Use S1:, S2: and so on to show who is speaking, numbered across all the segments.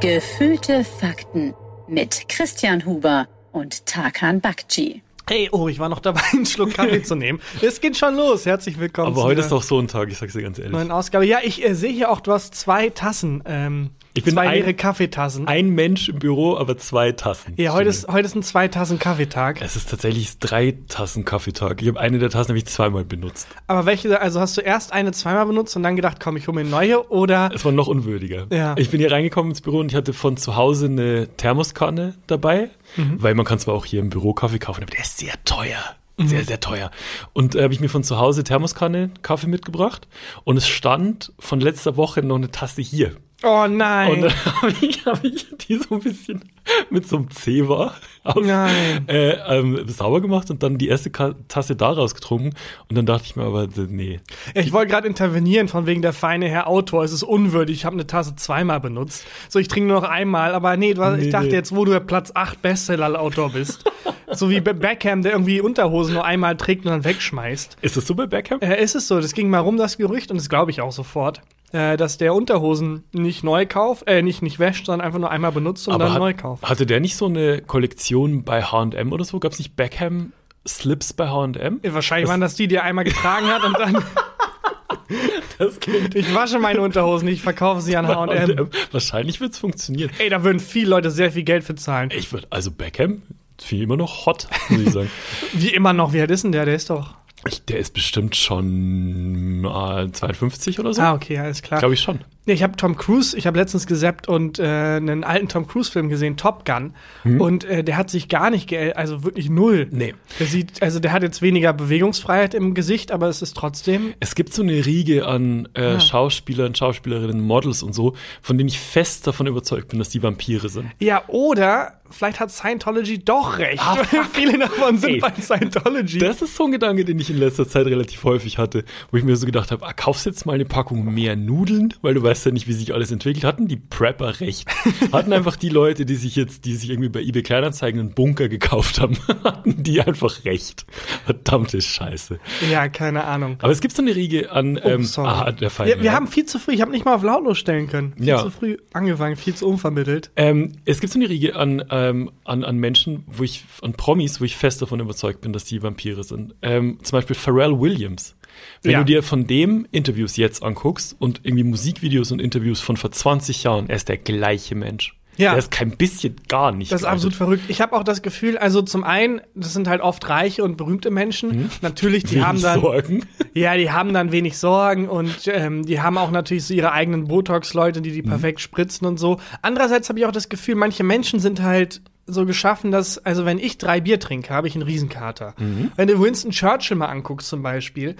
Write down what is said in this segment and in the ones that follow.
S1: Gefühlte Fakten mit Christian Huber und Tarkan Bakci.
S2: Hey, oh, ich war noch dabei, einen Schluck Kaffee zu nehmen. Es geht schon los. Herzlich willkommen.
S3: Aber heute ist doch so ein Tag, ich sag's dir ganz ehrlich.
S2: neuen Ausgabe. Ja, ich äh, sehe hier auch, du hast zwei Tassen. Ähm,
S3: Ich bin
S2: zwei
S3: ein-
S2: leere Kaffeetassen.
S3: ein Mensch im Büro, aber zwei Tassen.
S2: ja, heute ist, heute ist ein zwei Tassen Kaffeetag.
S3: Es ist tatsächlich drei Tassen Kaffeetag. Ich habe eine der Tassen nämlich zweimal benutzt.
S2: Aber welche, also hast du erst eine zweimal benutzt und dann gedacht, komm, ich hole mir eine neue oder
S3: Es war noch unwürdiger.
S2: Ja.
S3: Ich bin hier reingekommen ins Büro und ich hatte von zu Hause eine Thermoskanne dabei,
S2: Mhm.
S3: weil man kann zwar auch hier im Büro Kaffee kaufen, aber der ist sehr teuer.
S2: Mhm.
S3: Sehr, sehr teuer. Und äh, habe ich mir von zu Hause Thermoskanne Kaffee mitgebracht und es stand von letzter Woche noch eine Tasse hier.
S2: Oh
S3: Und äh,
S2: nein.
S3: dann habe ich, hab ich die so ein bisschen mit so einem Zewa aus,
S2: Nein.
S3: äh, ähm, sauber gemacht und dann die erste Ka Tasse daraus getrunken. Und dann dachte ich mir aber, d- nee.
S2: ich wollte gerade intervenieren von wegen der feine Herr Autor. Es ist unwürdig. Ich habe eine Tasse zweimal benutzt. So, ich trinke nur noch einmal. Aber nee, du, ich
S3: Nee,
S2: dachte
S3: nee.
S2: jetzt, wo du der Platz 8 Bestseller-Autor bist. so wie Be- Beckham, der irgendwie Unterhosen nur einmal trägt und dann wegschmeißt.
S3: Ist das so bei Beckham?
S2: Äh, ist es so, das ging mal rum, das Gerücht, und das glaube ich auch sofort, äh, dass der Unterhosen nicht neu kauft, äh, nicht, nicht wäscht, sondern einfach nur einmal benutzt und dann
S3: hat,
S2: neu kauft.
S3: hatte der nicht so eine Kollektion bei H&M oder so? Gab es nicht Beckham Slips bei H&M?
S2: Äh, Wahrscheinlich waren das die, die er einmal getragen hat und dann,
S3: Das klingt
S2: ich wasche meine Unterhosen, ich verkaufe sie an H&M.
S3: H&M. Wahrscheinlich wird es funktionieren.
S2: Ey, da würden viele Leute sehr viel Geld für zahlen.
S3: Ich würde, also Beckham finde ich immer noch hot, muss ich sagen.
S2: Wie immer noch, wie alt ist denn der? Der ist doch...
S3: ich, der ist bestimmt schon äh, 52 oder so.
S2: Ah, okay, alles klar.
S3: Glaube ich schon.
S2: Nee, ich habe Tom Cruise, ich habe letztens gesappt und äh, einen alten Tom Cruise-Film gesehen, Top Gun. Und äh, der hat sich gar nicht geändert, also wirklich null.
S3: Nee.
S2: Der sieht, also der hat jetzt weniger Bewegungsfreiheit im Gesicht, aber es ist trotzdem.
S3: Es gibt so eine Riege an äh,
S2: Ah.
S3: Schauspielern, Schauspielerinnen, Models und so, von denen ich fest davon überzeugt bin, dass die Vampire sind.
S2: Ja, oder vielleicht hat Scientology doch recht. weil Viele davon sind
S3: Ey.
S2: bei Scientology.
S3: Das ist so ein Gedanke, den ich in letzter Zeit relativ häufig hatte, wo ich mir so gedacht habe, ah, kaufst jetzt mal eine Packung mehr Nudeln, weil du weißt ja nicht, wie sich alles entwickelt. Hatten die Prepper recht? Hatten einfach die Leute, die sich jetzt, die sich irgendwie bei eBay Kleinanzeigen einen Bunker gekauft haben, hatten die einfach recht. Verdammte Scheiße.
S2: ja, keine Ahnung.
S3: Aber es gibt so eine Riege an, ähm,
S2: Oh, sorry.
S3: ah, der Fall.
S2: Wir, wir haben viel zu früh, ich habe nicht mal auf lautlos stellen können. Viel
S3: Ja.
S2: zu früh angefangen, viel zu unvermittelt.
S3: Ähm, es gibt so eine Riege an, ähm, an, an Menschen, wo ich, an Promis, wo ich fest davon überzeugt bin, dass die Vampire sind. Ähm, zum Beispiel Pharrell Williams. Wenn
S2: Ja.
S3: du dir von dem Interviews jetzt anguckst und irgendwie Musikvideos und Interviews von vor 20 Jahren, er ist der gleiche Mensch.
S2: Ja.
S3: Er ist kein bisschen gar nicht.
S2: Das ist
S3: gealtert.
S2: absolut verrückt. Ich habe auch das Gefühl, also zum einen, das sind halt oft reiche und berühmte Menschen. Natürlich, die
S3: Mhm. Wenig
S2: haben dann
S3: Sorgen.
S2: Ja, die haben dann wenig Sorgen und ähm, die haben auch natürlich so ihre eigenen Botox-Leute, die die
S3: Mhm.
S2: perfekt spritzen und so. Andererseits habe ich auch das Gefühl, manche Menschen sind halt so geschaffen, dass, also wenn ich drei Bier trinke, habe ich einen Riesenkater.
S3: Mhm.
S2: Wenn du Winston Churchill mal anguckst zum Beispiel,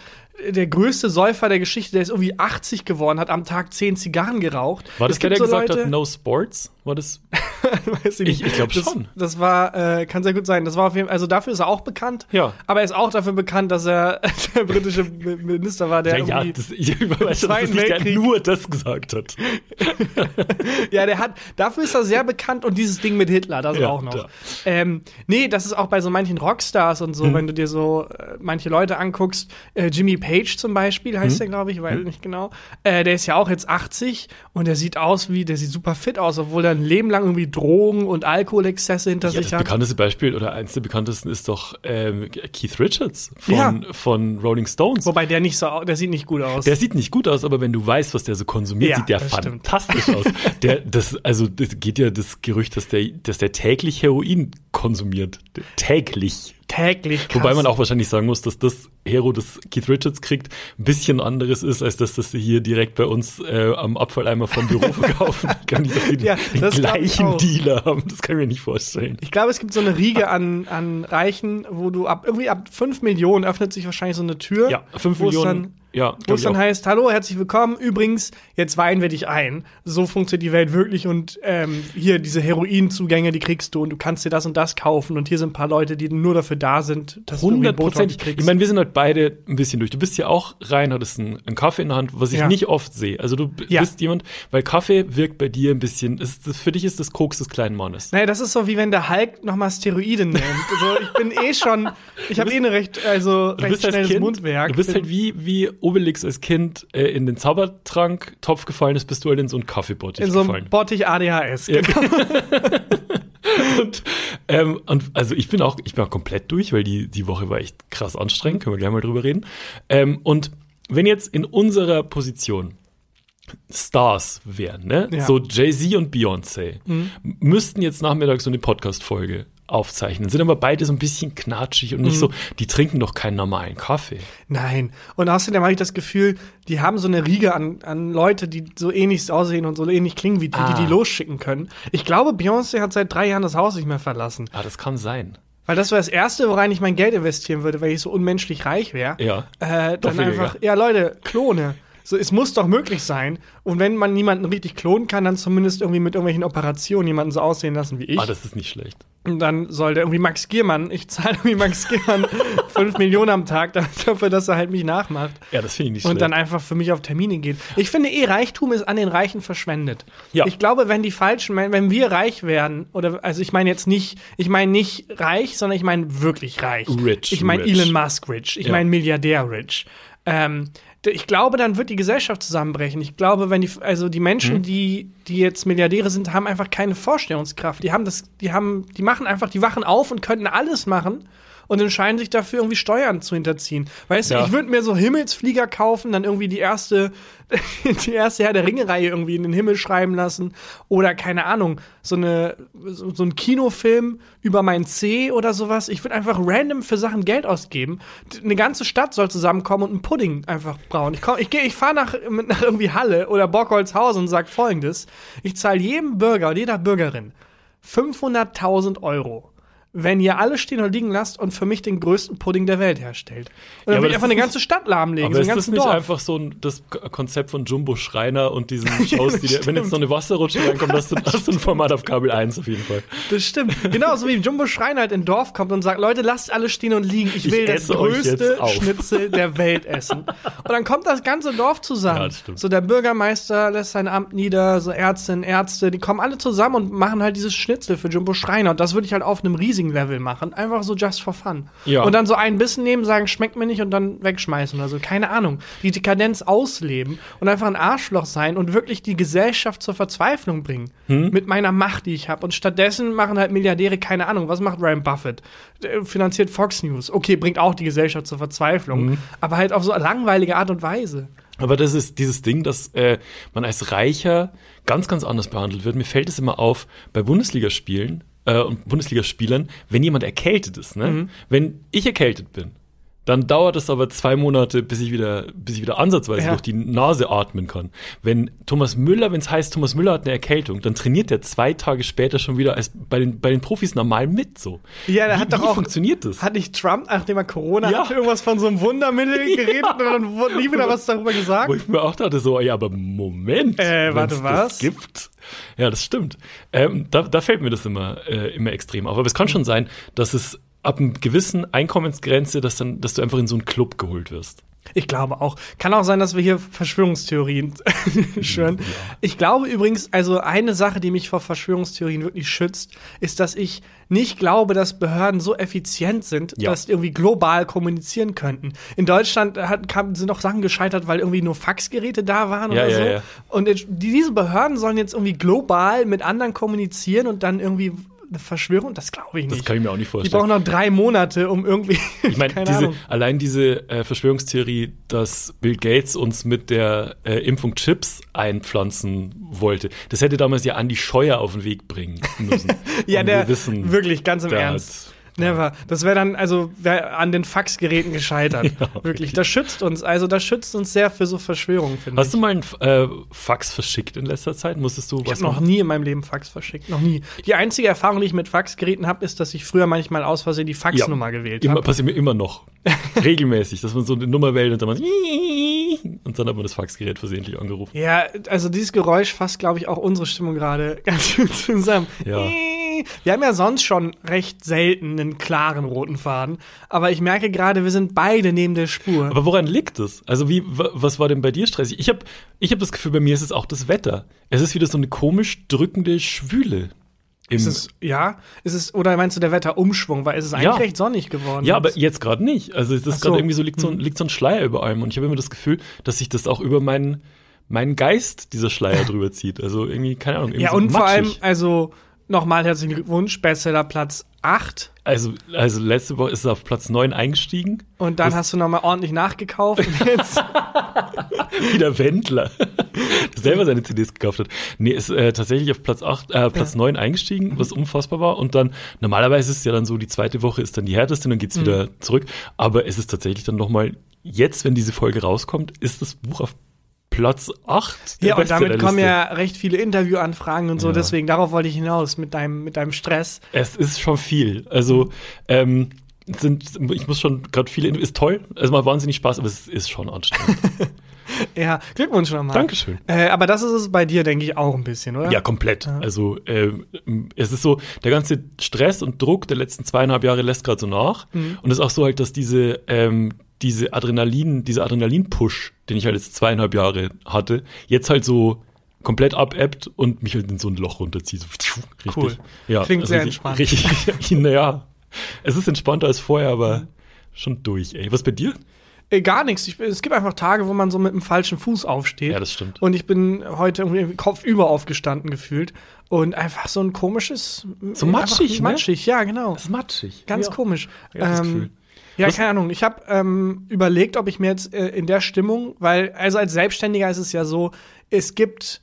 S2: der größte Säufer der Geschichte, der ist irgendwie 80 geworden, hat am Tag 10 Zigarren geraucht.
S3: War das
S2: Es
S3: der,
S2: gibt
S3: der
S2: so
S3: gesagt
S2: Leute-
S3: hat, no sports? War das?
S2: Weiß nicht.
S3: Ich- ich glaub
S2: Das-
S3: schon.
S2: Das war, äh, kann sehr gut sein. Das war auf jeden Fall, also dafür ist er auch bekannt.
S3: Ja.
S2: Aber er ist auch dafür bekannt, dass er der britische Minister war, der
S3: Ja, ja,
S2: irgendwie-
S3: das, ich weiß, dass das
S2: Zweiten
S3: nicht der
S2: Weltkrieg.
S3: nur das gesagt hat.
S2: Ja, der hat, dafür ist er sehr bekannt und dieses Ding mit Hitler, das
S3: Ja,
S2: auch noch.
S3: da.
S2: Ähm, nee, das ist auch bei so manchen Rockstars und so,
S3: Mhm.
S2: wenn du dir so äh, manche Leute anguckst, äh, Jimmy Page zum Beispiel
S3: Mhm.
S2: heißt der, glaube ich, weiß nicht genau. Äh, der ist ja auch jetzt 80 und der sieht aus wie, der sieht super fit aus, obwohl er ein Leben lang irgendwie Drogen und Alkoholexzesse hinter
S3: Ja,
S2: sich
S3: das
S2: hat.
S3: bekannteste Beispiel oder eins der bekanntesten ist doch ähm, Keith Richards von,
S2: Ja.
S3: von Rolling Stones.
S2: Wobei der nicht so, au- der sieht nicht gut aus.
S3: der sieht nicht gut aus, aber wenn du weißt, was der so konsumiert,
S2: Ja,
S3: sieht der
S2: das stimmt.
S3: fantastisch aus. Der, das, also das geht ja das Gerücht, dass der, dass der täglich Heroin konsumiert. Täglich.
S2: täglich. Krass.
S3: Wobei man auch wahrscheinlich sagen muss, dass das Hero, das Keith Richards kriegt, ein bisschen anderes ist, als das, das sie hier direkt bei uns äh, am Abfalleimer vom Büro verkaufen. Ich kann nicht, dass sie den-
S2: Ja,
S3: den
S2: das glaub ich
S3: gleichen
S2: auch.
S3: Dealer haben. Das kann ich mir nicht vorstellen.
S2: Ich glaube, es gibt so eine Riege an, an Reichen, wo du ab irgendwie ab 5 Millionen öffnet sich wahrscheinlich so eine Tür.
S3: Ja, 5
S2: wo es
S3: Millionen.
S2: Dann,
S3: ja,
S2: wo
S3: glaub
S2: es
S3: ich
S2: dann
S3: auch.
S2: heißt, hallo, herzlich willkommen. Übrigens, jetzt weihen wir dich ein. So funktioniert die Welt wirklich und ähm, hier diese Heroinzugänge, die kriegst du und du kannst dir das und das kaufen und hier sind ein paar Leute, die nur dafür da sind, dass du irgendwie Botox
S3: Hundertprozentig.
S2: kriegst.
S3: Ich meine, wir sind halt beide ein bisschen durch. Du bist ja auch rein, hattest einen, einen Kaffee in der Hand, was ich
S2: Ja.
S3: nicht oft sehe. Also du b-
S2: Ja.
S3: bist jemand, weil Kaffee wirkt bei dir ein bisschen, es ist, für dich ist das Koks des kleinen Mannes.
S2: naja, das ist so wie wenn der Hulk nochmal Steroide nimmt. Also ich bin eh schon, ich habe eh eine recht, also
S3: Du
S2: recht
S3: bist als
S2: schnelles
S3: Kind,
S2: Mundwerk.
S3: du bist
S2: Bin-
S3: halt wie, wie Obelix als Kind äh, in den Zaubertrank-Topf gefallen ist, bist du halt in so einen Kaffeebottich
S2: In so einem
S3: gefallen.
S2: Bottich ADHS. genau.
S3: und, ähm, und also ich bin auch, ich bin auch komplett durch, weil die, die Woche war echt krass anstrengend, können wir gleich mal drüber reden. Ähm, und wenn jetzt in unserer Position Stars wären, ne?
S2: Ja. Mhm.
S3: So Jay-Z und Beyoncé m- müssten jetzt nachmittags so eine Podcast-Folge aufzeichnen, sind aber beide so ein bisschen knatschig und nicht
S2: Mhm.
S3: so, die trinken doch keinen normalen Kaffee.
S2: Nein. Und außerdem habe ich das Gefühl, die haben so eine Riege an, an Leute, die so ähnlich aussehen und so ähnlich klingen wie die,
S3: Ah.
S2: die die losschicken können. Ich glaube, Beyoncé hat seit drei Jahren das Haus nicht mehr verlassen.
S3: Ah, das kann sein.
S2: Weil das wäre das Erste, worein ich mein Geld investieren würde, weil ich so unmenschlich reich wäre.
S3: Ja.
S2: Äh,
S3: Doch
S2: dann
S3: weniger.
S2: einfach, ja Leute, Klone. So, es muss doch möglich sein. Und wenn man niemanden richtig klonen kann, dann zumindest irgendwie mit irgendwelchen Operationen jemanden so aussehen lassen wie ich.
S3: Ah, das ist nicht schlecht.
S2: Und dann soll der irgendwie Max Giermann, ich zahle irgendwie Max Giermann 5 Millionen am Tag dafür, dass er halt mich nachmacht.
S3: Ja, das finde ich nicht
S2: Und
S3: schlecht.
S2: dann einfach für mich auf Termine geht. Ich finde eh, Reichtum ist an den Reichen verschwendet.
S3: Ja.
S2: Ich glaube, wenn die falschen, Men- wenn wir reich werden, oder also ich meine jetzt nicht, ich meine nicht reich, sondern ich meine wirklich reich.
S3: Rich,
S2: Ich meine
S3: rich.
S2: Elon Musk rich. Ich
S3: Ja.
S2: meine Milliardär rich. Ähm, d- ich glaube, dann wird die Gesellschaft zusammenbrechen. Ich glaube, wenn die, also die Menschen,
S3: Hm?
S2: die, die jetzt Milliardäre sind, haben einfach keine Vorstellungskraft. Die haben das, die haben, die machen einfach, die wachen auf und könnten alles machen und entscheiden sich dafür, irgendwie Steuern zu hinterziehen. Weißt du,
S3: Ja.
S2: ich würde mir so Himmelsflieger kaufen, dann irgendwie die erste, die erste Herr der Ringe-Reihe irgendwie in den Himmel schreiben lassen oder keine Ahnung, so eine, so, so ein Kinofilm über mein C oder sowas. Ich würde einfach random für Sachen Geld ausgeben. D- Eine ganze Stadt soll zusammenkommen und einen Pudding einfach brauen. Ich komm, ich gehe, ich fahre nach, nach irgendwie Halle oder Borkholzhausen und sag folgendes. Ich zahle jedem Bürger und jeder Bürgerin 500.000 Euro, wenn ihr alle stehen und liegen lasst und für mich den größten Pudding der Welt herstellt. Und
S3: Ja,
S2: dann
S3: aber
S2: will ich
S3: das
S2: einfach eine
S3: ist nicht-
S2: ganze Stadt lahmlegen,
S3: Aber
S2: so einen
S3: ist das
S2: ganzen
S3: nicht
S2: Dorf.
S3: einfach so ein, das K- Konzept von Jumbo Schreiner und diesen Shows, die dir, wenn jetzt noch eine Wasserrutsche reinkommt, hast du, hast du ein Format auf Kabel 1 auf jeden Fall.
S2: Das stimmt. Genauso wie Jumbo Schrein halt in Dorf kommt und sagt, Leute, lasst alle stehen und liegen. Ich
S3: Ich
S2: will das
S3: esse euch
S2: größte
S3: jetzt auf.
S2: Schnitzel der Welt essen. Und dann kommt das ganze Dorf zusammen.
S3: Ja, das stimmt.
S2: so der Bürgermeister lässt sein Amt nieder, so Ärztinnen, Ärzte, die kommen alle zusammen und machen halt dieses Schnitzel für Jumbo Schreiner. Und das würde ich halt auf einem riesigen Level machen. Einfach so just for fun.
S3: Ja.
S2: Und dann so einen Bissen nehmen, sagen, schmeckt mir nicht und dann wegschmeißen oder so. Keine Ahnung. Die Dekadenz ausleben und einfach ein Arschloch sein und wirklich die Gesellschaft zur Verzweiflung bringen. Mit meiner Macht, die ich habe. Und stattdessen machen halt Milliardäre keine Ahnung. Was macht Ryan Buffett? Der finanziert Fox News. Okay, bringt auch die Gesellschaft zur Verzweiflung. Aber halt auf so langweilige Art und Weise.
S3: Aber das ist dieses Ding, dass äh, man als Reicher ganz, ganz anders behandelt wird. Mir fällt es immer auf, bei Bundesligaspielen äh, und Bundesligaspielern, wenn jemand erkältet ist, ne?
S2: Mhm.
S3: Wenn ich erkältet bin, dann dauert es aber zwei Monate, bis ich wieder, bis ich wieder ansatzweise
S2: Ja.
S3: durch die Nase atmen kann. Wenn Thomas Müller, wenn es heißt, Thomas Müller hat eine Erkältung, dann trainiert der zwei Tage später schon wieder als bei den, bei den Profis normal mit so.
S2: Ja, der
S3: wie,
S2: hat doch
S3: wie
S2: auch-
S3: funktioniert das?
S2: Hat nicht Trump, nachdem er Corona
S3: Ja.
S2: hatte, irgendwas von so einem Wundermittel geredet und dann wurde nie wieder was darüber gesagt?
S3: Wo ich mir auch dachte, so, ja, aber Moment.
S2: Äh, warte,
S3: wenn's
S2: was?
S3: Das gibt. Ja, das stimmt. Ähm, da, da fällt mir das immer, äh, immer extrem auf. Aber es kann schon sein, dass es ab einer gewissen Einkommensgrenze, dass, dann, dass du einfach in so einen Club geholt wirst.
S2: Ich glaube auch. Kann auch sein, dass wir hier Verschwörungstheorien schwören. Ich glaube übrigens, also eine Sache, die mich vor Verschwörungstheorien wirklich schützt, ist, dass ich nicht glaube, dass Behörden so effizient sind,
S3: Ja.
S2: dass die irgendwie global kommunizieren könnten. In Deutschland hat, kam, sind noch Sachen gescheitert, weil irgendwie nur Faxgeräte da waren
S3: Ja,
S2: oder
S3: ja,
S2: so.
S3: ja.
S2: Und jetzt- die- diese Behörden sollen jetzt irgendwie global mit anderen kommunizieren und dann irgendwie eine Verschwörung, das glaube ich nicht.
S3: Das kann ich mir auch nicht
S2: die
S3: vorstellen.
S2: brauchen noch drei Monate, um irgendwie.
S3: Ich meine,
S2: keine
S3: diese,
S2: Ahnung.
S3: allein diese äh, Verschwörungstheorie, dass Bill Gates uns mit der äh, Impfung Chips einpflanzen wollte, das hätte damals ja Andi Scheuer auf den Weg bringen müssen.
S2: Ja,
S3: Und
S2: der
S3: wir wissen,
S2: wirklich ganz im
S3: der halt
S2: Ernst. Never. Das wäre dann also wär an den Faxgeräten gescheitert. wirklich. Das schützt uns. Also das schützt uns sehr für so Verschwörungen, finde ich.
S3: Hast du mal einen äh, Fax verschickt in letzter Zeit? Musstest du
S2: Ich habe
S3: was
S2: noch
S3: machen?
S2: nie in meinem Leben Fax verschickt. Noch nie. Die einzige Erfahrung, die ich mit Faxgeräten habe, ist, dass ich früher manchmal aus Versehen die Faxnummer gewählt
S3: Immer,
S2: habe.
S3: passiert mir immer noch. Regelmäßig, dass man so eine Nummer wählt und dann macht und dann hat man das Faxgerät versehentlich angerufen.
S2: Ja, also dieses Geräusch fasst, glaube ich, auch unsere Stimmung gerade ganz gut zusammen.
S3: Ja.
S2: Wir haben ja sonst schon recht selten einen klaren roten Faden. Aber ich merke gerade, wir sind beide neben der Spur.
S3: Aber woran liegt es? Also wie, wa- was war denn bei dir stressig? Ich habe ich hab das Gefühl, bei mir ist es auch das Wetter. Es ist wieder so eine komisch drückende Schwüle. Im-
S2: Ist es, ja, ist es, oder meinst du der Wetterumschwung, weil es ist eigentlich
S3: Ja.
S2: recht sonnig geworden.
S3: ja, aber jetzt gerade nicht. Also es
S2: Ach so.
S3: ist
S2: Hm.
S3: gerade irgendwie so liegt, so ein, liegt so ein Schleier über allem und ich habe immer das Gefühl, dass sich das auch über meinen meinen Geist dieser Schleier drüber zieht. Also irgendwie keine Ahnung. Irgendwie
S2: ja
S3: so
S2: und vor allem,
S3: matschig.
S2: also nochmal herzlichen Glückwunsch, Bestseller Platz 8.
S3: also also letzte Woche ist er auf Platz 9 eingestiegen.
S2: Und dann
S3: Das-
S2: hast du nochmal ordentlich nachgekauft. Und jetzt,
S3: Wieder Wendler, der selber seine CDs gekauft hat. Nee, ist äh, tatsächlich auf Platz, 8, äh, Platz 9 eingestiegen, was unfassbar war. Und dann, normalerweise ist es ja dann so, die zweite Woche ist dann die härteste und dann
S2: Mhm.
S3: geht's wieder zurück. Aber es ist tatsächlich dann nochmal, jetzt, wenn diese Folge rauskommt, ist das Buch auf Platz 8. der
S2: ja, und damit kommen
S3: Bestsellerliste.
S2: ja recht viele Interviewanfragen und so.
S3: Ja.
S2: Deswegen, darauf wollte ich hinaus mit deinem, mit deinem Stress.
S3: Es ist schon viel. Also, ähm, es sind, ich muss schon gerade viele, ist toll, es macht wahnsinnig Spaß, aber es ist schon anstrengend.
S2: Ja, Glückwunsch nochmal.
S3: Dankeschön.
S2: Äh, aber das ist es bei dir, denke ich, auch ein bisschen, oder?
S3: Ja, komplett. Also ähm, es ist so, der ganze Stress und Druck der letzten zweieinhalb Jahre lässt gerade so nach.
S2: Mhm.
S3: Und es ist auch so halt, dass diese, ähm, diese Adrenalin, dieser Adrenalin-Push, den ich halt jetzt zweieinhalb Jahre hatte, jetzt halt so komplett abebbt und mich halt in so ein Loch runterzieht. So, pfiuh, richtig.
S2: Cool.
S3: Ja, also
S2: Klingt sehr
S3: richtig-
S2: entspannt.
S3: Richtig, naja, es ist entspannter als vorher, aber
S2: Mhm.
S3: schon durch, ey. Was bei dir?
S2: Äh, gar nichts. Ich, es gibt einfach Tage, wo man so mit dem falschen Fuß aufsteht.
S3: Ja, das stimmt.
S2: Und ich bin heute irgendwie kopfüber aufgestanden gefühlt und einfach so ein komisches.
S3: So matschig,
S2: einfach
S3: ne?
S2: Matschig, ja, genau.
S3: ist matschig.
S2: Ganz
S3: ja.
S2: komisch.
S3: Ja, das Gefühl.
S2: ähm, ja
S3: Was-
S2: keine Ahnung. Ich habe ähm, überlegt, ob ich mir jetzt äh, in der Stimmung, weil, also als Selbstständiger ist es ja so, es gibt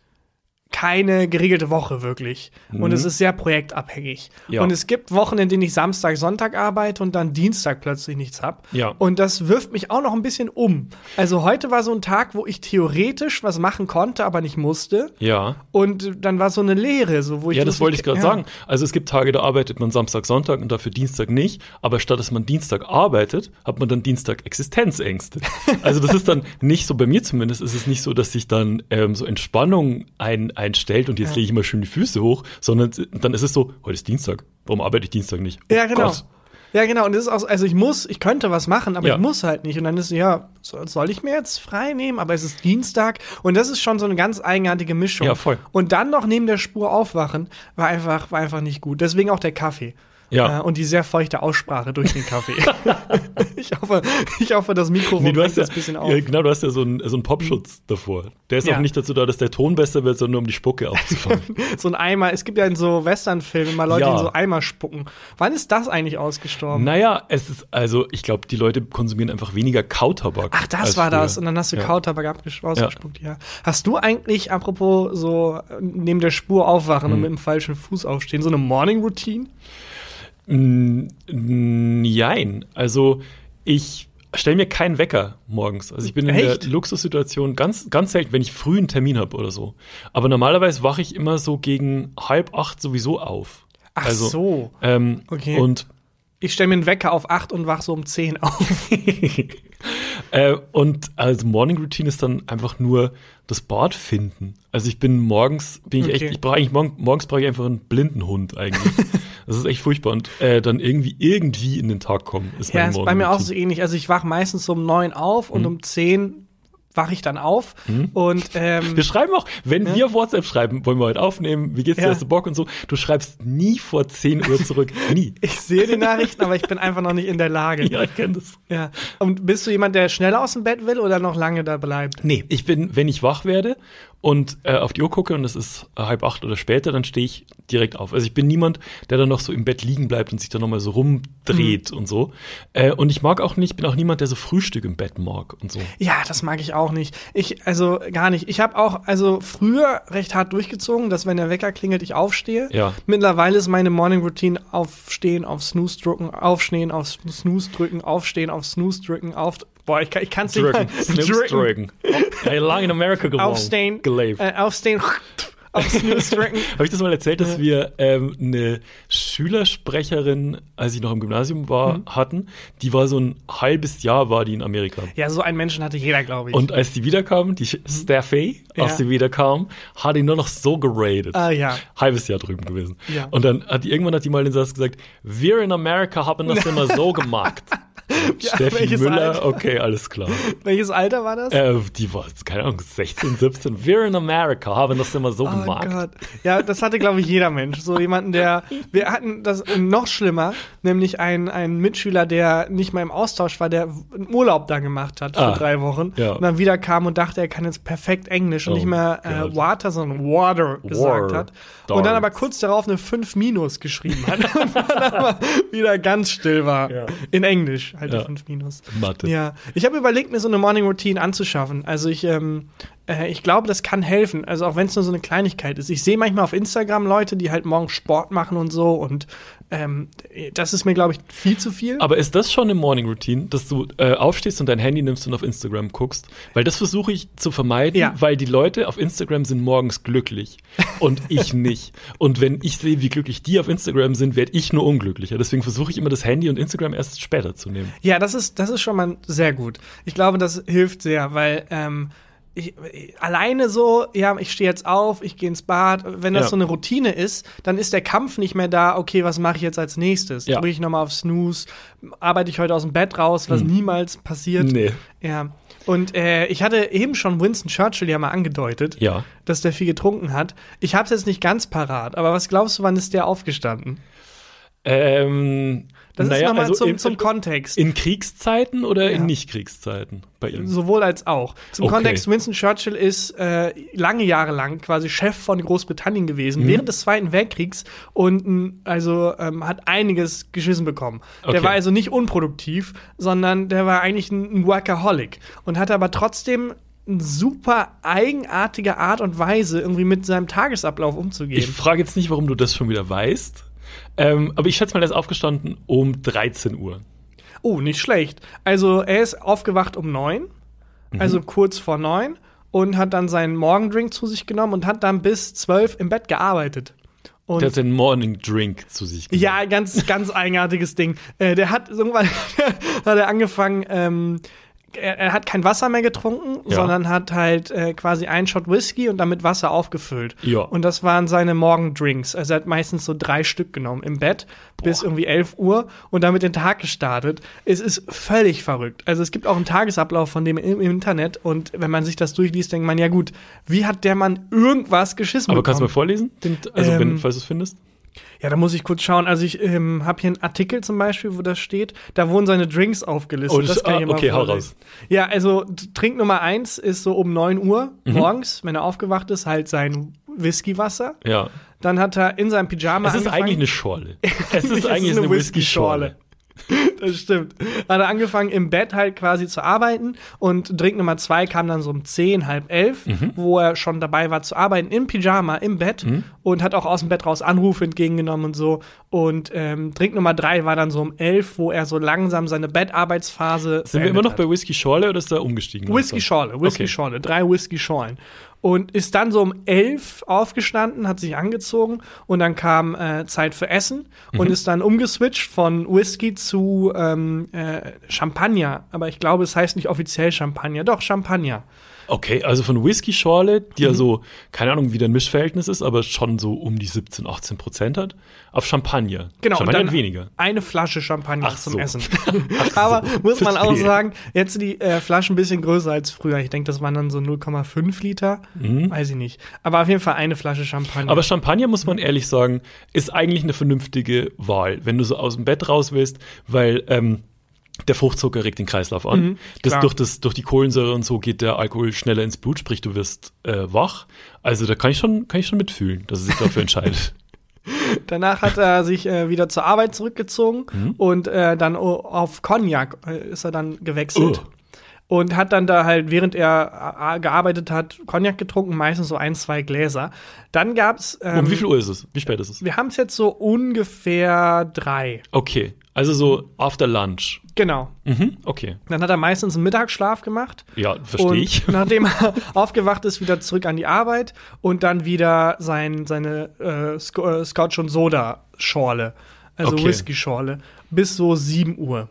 S2: keine geregelte Woche wirklich. Und es ist sehr projektabhängig.
S3: Mhm. Ja.
S2: Und es gibt Wochen, in denen ich Samstag, Sonntag arbeite und dann Dienstag plötzlich nichts habe.
S3: Ja.
S2: Und das wirft mich auch noch ein bisschen um. Also heute war so ein Tag, wo ich theoretisch was machen konnte, aber nicht musste.
S3: Ja.
S2: Und dann war so eine Leere, so wo ich.
S3: Ja, das
S2: wirklich-
S3: wollte ich gerade
S2: ja.
S3: sagen. Also es gibt Tage, da arbeitet man Samstag, Sonntag und dafür Dienstag nicht. Aber statt dass man Dienstag arbeitet, hat man dann Dienstag Existenzängste. Also das ist dann nicht so, bei mir zumindest, ist es nicht so, dass sich dann ähm, so Entspannung ein, einstellt und jetzt lege ich mal schön die Füße hoch, sondern dann ist es so, heute ist Dienstag. Warum arbeite ich Dienstag nicht? Oh
S2: Ja, genau.
S3: Gott.
S2: Ja, genau. Und das ist auch, also ich muss, ich könnte was machen, aber
S3: Ja.
S2: ich muss halt nicht. Und dann ist, ja, so- soll ich mir jetzt frei nehmen? Aber es ist Dienstag und das ist schon so eine ganz eigenartige Mischung.
S3: Ja, voll.
S2: Und dann noch neben der Spur aufwachen, war einfach, war einfach nicht gut. Deswegen auch der Kaffee.
S3: Ja.
S2: Äh, und die sehr feuchte Aussprache durch den Kaffee. ich hoffe, ich hoffe, das Mikrofon
S3: Nee, du
S2: fängt
S3: hast ja,
S2: das bisschen auf. Mhm.
S3: ja, genau, du hast ja so einen, so einen Popschutz davor. Der ist
S2: Ja.
S3: auch nicht dazu da, dass der Ton besser wird, sondern um die Spucke aufzufangen.
S2: So ein Eimer. Es gibt ja in so Westernfilmen immer Leute,
S3: Ja.
S2: die in so Eimer spucken. Wann ist das eigentlich ausgestorben?
S3: Naja, es ist, also ich glaube, die Leute konsumieren einfach weniger Kautabak.
S2: Ach, das
S3: als
S2: war das.
S3: früher.
S2: Und dann hast du
S3: ja.
S2: Kautabak abgesch- ausgespuckt, ja. Hast du eigentlich, apropos so äh, neben der Spur aufwachen
S3: Hm.
S2: und mit dem falschen Fuß aufstehen, so eine Morning-Routine?
S3: Mm, Nein, also ich stelle mir keinen Wecker morgens. Also ich bin in
S2: Echt?
S3: der Luxussituation ganz, ganz selten, wenn ich früh einen Termin habe oder so. Aber normalerweise wache ich immer so gegen halb acht sowieso auf.
S2: Ach
S3: also,
S2: so.
S3: Ähm,
S2: Okay.
S3: Und
S2: Ich stelle mir einen Wecker auf 8 und wach so um 10 auf.
S3: Äh, und also Morning Routine ist dann einfach nur das Bad finden. Also ich bin morgens, bin ich
S2: Okay.
S3: echt, ich brauche eigentlich morgen, morgens brauche ich einfach einen blinden Hund eigentlich. das ist echt furchtbar. Und äh, dann irgendwie, irgendwie in den Tag kommen, ist
S2: ja,
S3: meine
S2: ist
S3: Morning
S2: bei mir auch
S3: Routine.
S2: so ähnlich. Also ich wache meistens so um 9 auf
S3: Hm.
S2: und um 10 wache ich dann auf. Und ähm,
S3: Wir schreiben auch, wenn wir auf WhatsApp schreiben, wollen wir heute aufnehmen, wie geht's dir,
S2: Ja.
S3: hast du Bock und so, du schreibst nie vor 10 Uhr zurück. Nie.
S2: ich sehe die Nachrichten, aber ich bin einfach noch nicht in der Lage.
S3: ja, ich kenne das.
S2: ja. Und bist du jemand, der schneller aus dem Bett will oder noch lange da bleibt?
S3: Nee, ich bin, wenn ich wach werde und äh, auf die Uhr gucke und es ist äh, halb acht oder später, dann stehe ich direkt auf. Also ich bin niemand, der dann noch so im Bett liegen bleibt und sich dann nochmal so rumdreht
S2: Mhm.
S3: und so. Äh, und ich mag auch nicht, bin auch niemand, der so Frühstück im Bett mag und so.
S2: Ja, das mag ich auch nicht. Ich, also gar nicht. Ich habe auch, also früher recht hart durchgezogen, dass wenn der Wecker klingelt, ich aufstehe.
S3: Ja.
S2: Mittlerweile ist meine Morning Routine aufstehen, auf Snooze drücken, aufstehen, auf Snooze drücken, aufstehen, auf Snooze drücken, auf. Boah, ich, kann- ich kann's nicht mal.
S3: Snips drücken. Hey, lang in America gewohnt.
S2: Aufstehen,
S3: Gelebt.
S2: äh, aufstehen, auf Snooze drücken.
S3: Habe ich das mal erzählt, dass wir ähm, eine Schülersprecherin, als ich noch im Gymnasium war,
S2: Mhm.
S3: hatten, die war so ein halbes Jahr war die in Amerika.
S2: Ja, so einen Menschen hatte jeder, glaube ich.
S3: Und als die wiederkam, die Sch- Steffi, als
S2: Mhm. Ja.
S3: sie wiederkam, hat ihn nur noch so geradet.
S2: Ah, ja.
S3: Halbes Jahr drüben gewesen.
S2: Ja.
S3: Und dann hat die, irgendwann hat die mal den Satz gesagt, wir in Amerika haben das immer so gemacht.
S2: Ja,
S3: Steffi
S2: welches
S3: Müller,
S2: Alter?
S3: okay, alles klar.
S2: Welches Alter war das?
S3: Äh, die war, keine Ahnung, 16, 17. We're in America, haben das immer so
S2: Oh
S3: gemacht.
S2: Gott. Ja, das hatte, glaube ich, jeder Mensch. So jemanden, der. Wir hatten das noch schlimmer, nämlich einen, einen Mitschüler, der nicht mal im Austausch war, der einen Urlaub da gemacht hat für
S3: Ah,
S2: drei Wochen.
S3: ja.
S2: Und dann wieder kam und dachte, er kann jetzt perfekt Englisch und
S3: Oh
S2: nicht mehr
S3: Gott.
S2: äh, Water, sondern Water gesagt
S3: War.
S2: hat. Und dann aber
S3: Darts.
S2: kurz darauf eine 5 Minus geschrieben hat. und dann aber wieder ganz still war.
S3: Ja.
S2: In Englisch halt
S3: Ja.
S2: die 5 Minus.
S3: Mathe.
S2: Ja, ich habe überlegt, mir so eine Morning Routine anzuschaffen. Also ich, ähm, äh, ich glaube, das kann helfen. Also auch wenn es nur so eine Kleinigkeit ist. Ich sehe manchmal auf Instagram Leute, die halt morgens Sport machen und so. Und ähm, das ist mir, glaube ich, viel zu viel.
S3: Aber ist das schon eine Morning Routine, dass du äh, aufstehst und dein Handy nimmst und auf Instagram guckst? Weil das versuche ich zu vermeiden,
S2: Ja.
S3: weil die Leute auf Instagram sind morgens glücklich und ich nicht. Und wenn ich sehe, wie glücklich die auf Instagram sind, werde ich nur unglücklicher. Deswegen versuche ich immer das Handy und Instagram erst später zu nehmen.
S2: Ja, das ist, das ist schon mal sehr gut. Ich glaube, das hilft sehr, weil ähm, ich, ich, alleine so, ja, ich stehe jetzt auf, ich gehe ins Bad. Wenn das
S3: Ja.
S2: so eine Routine ist, dann ist der Kampf nicht mehr da, okay, was mache ich jetzt als nächstes?
S3: Ja.
S2: Drücke ich nochmal auf Snooze? Arbeite ich heute aus dem Bett raus, was niemals passiert?
S3: Hm. Nee.
S2: Ja. Und äh, ich hatte eben schon Winston Churchill ja mal angedeutet,
S3: Ja.
S2: dass der viel getrunken hat. Ich hab's jetzt nicht ganz parat, aber was glaubst du, wann ist der aufgestanden?
S3: Ähm,
S2: Das ist
S3: naja,
S2: nochmal
S3: also
S2: zum,
S3: im-
S2: zum Kontext.
S3: in Kriegszeiten oder
S2: Ja.
S3: in Nicht-Kriegszeiten bei ihm?
S2: Sowohl als auch. Zum
S3: Okay.
S2: Kontext, Winston Churchill ist äh, lange Jahre lang quasi Chef von Großbritannien gewesen,
S3: Mhm.
S2: während des Zweiten Weltkriegs und m, also ähm, hat einiges geschissen bekommen.
S3: Okay.
S2: Der war also nicht unproduktiv, sondern der war eigentlich ein, ein Workaholic und hatte aber trotzdem eine super eigenartige Art und Weise, irgendwie mit seinem Tagesablauf umzugehen.
S3: Ich frage jetzt nicht, warum du das schon wieder weißt. Ähm, aber ich schätze mal, der ist aufgestanden um 13 Uhr.
S2: Oh, nicht schlecht. Also er ist aufgewacht um neun, also kurz vor neun, und hat dann seinen Morgendrink zu sich genommen und hat dann bis zwölf im Bett gearbeitet. Und
S3: Der hat seinen Morning Drink zu sich genommen.
S2: ja, ganz, ganz eigenartiges Ding. Äh, der hat irgendwann hat er angefangen, ähm, er, er hat kein Wasser mehr getrunken,
S3: Ja.
S2: sondern hat halt äh, quasi einen Shot Whisky und damit Wasser aufgefüllt.
S3: Ja.
S2: Und das waren seine Morgendrinks. Also er hat meistens so drei Stück genommen im Bett bis irgendwie 11 Uhr und damit den Tag gestartet. Es ist völlig verrückt. Also es gibt auch einen Tagesablauf von dem im, im Internet und wenn man sich das durchliest, denkt man, ja gut, wie hat der Mann irgendwas geschissen
S3: Aber kannst du
S2: bekommen?
S3: mal vorlesen? Den, also, wenn,
S2: Ähm,
S3: falls du es findest.
S2: Ja, da muss ich kurz schauen. Also ich ähm, habe hier einen Artikel zum Beispiel, wo das steht. Da wurden seine Drinks aufgelistet.
S3: Oh, das- ah,
S2: hier mal
S3: okay, hau
S2: vorlesen. Ja, also t- Trink Nummer eins ist so um 9 Uhr
S3: Mhm.
S2: morgens, wenn er aufgewacht ist, halt sein Whiskywasser.
S3: Ja.
S2: Dann hat er in seinem Pyjama
S3: Es ist
S2: angefangen-
S3: eigentlich eine Schorle. Es
S2: Es
S3: ist eigentlich eine Whisky-Schorle.
S2: Das stimmt. Hat er angefangen im Bett halt quasi zu arbeiten und Drink Nummer zwei kam dann so um zehn, halb elf,
S3: Mhm.
S2: wo er schon dabei war zu arbeiten, im Pyjama, im Bett und hat auch aus dem Bett raus Anrufe entgegengenommen und so. Und ähm, Drink Nummer drei war dann so um elf, wo wo er so langsam seine Bettarbeitsphase.
S3: Sind wir immer noch
S2: beendet
S3: bei Whisky-Schorle oder ist da umgestiegen?
S2: Whisky Schorle, Whisky
S3: Okay.
S2: Schorle, drei Whisky Schorlen. Und ist dann so um elf aufgestanden, hat sich angezogen und dann kam äh, Zeit für Essen
S3: Mhm.
S2: und ist dann umgeswitcht von Whisky zu ähm, äh, Champagner. Aber ich glaube, es heißt nicht offiziell Champagner, doch Champagner.
S3: Okay, also von Whisky-Schorle, die
S2: Mhm.
S3: ja so, keine Ahnung, wie dein Mischverhältnis ist, aber schon so um die 17, 18 Prozent hat, auf Champagner.
S2: Genau,
S3: Champagner
S2: und
S3: hat
S2: dann
S3: weniger.
S2: eine Flasche Champagner
S3: Ach
S2: zum
S3: so.
S2: Essen.
S3: Ach
S2: Aber
S3: so,
S2: muss man auch
S3: verstehe.
S2: sagen, jetzt sind die äh, Flaschen ein bisschen größer als früher. Ich denke, das waren dann so 0,5 Liter.
S3: Mhm.
S2: Weiß ich nicht. Aber auf jeden Fall eine Flasche Champagner.
S3: Aber Champagner, muss
S2: Mhm.
S3: man ehrlich sagen, ist eigentlich eine vernünftige Wahl, wenn du so aus dem Bett raus willst, weil ähm, der Fruchtzucker regt den Kreislauf an.
S2: Mhm,
S3: das,
S2: klar.
S3: durch, das, durch die Kohlensäure und so geht der Alkohol schneller ins Blut, sprich, du wirst äh, wach. Also da kann ich schon, kann ich schon mitfühlen, dass er sich dafür entscheidet.
S2: Danach hat er sich äh, wieder zur Arbeit zurückgezogen
S3: Mhm.
S2: und äh, dann o- auf Cognac äh, ist er dann gewechselt.
S3: Oh.
S2: Und hat dann da halt, während er äh, gearbeitet hat, Cognac getrunken, meistens so ein, zwei Gläser. Dann gab's. Ähm,
S3: Um wie viel Uhr ist es? Wie spät ist es?
S2: Wir haben es jetzt so ungefähr drei.
S3: Okay, also so after lunch.
S2: Genau.
S3: Mhm, okay.
S2: Dann hat er meistens einen Mittagsschlaf gemacht.
S3: Ja, verstehe ich.
S2: Und nachdem er aufgewacht ist, wieder zurück an die Arbeit und dann wieder sein, seine äh, Sc äh, Scotch und Soda Schorle, also
S3: Okay.
S2: Whisky Schorle, bis so 7 Uhr.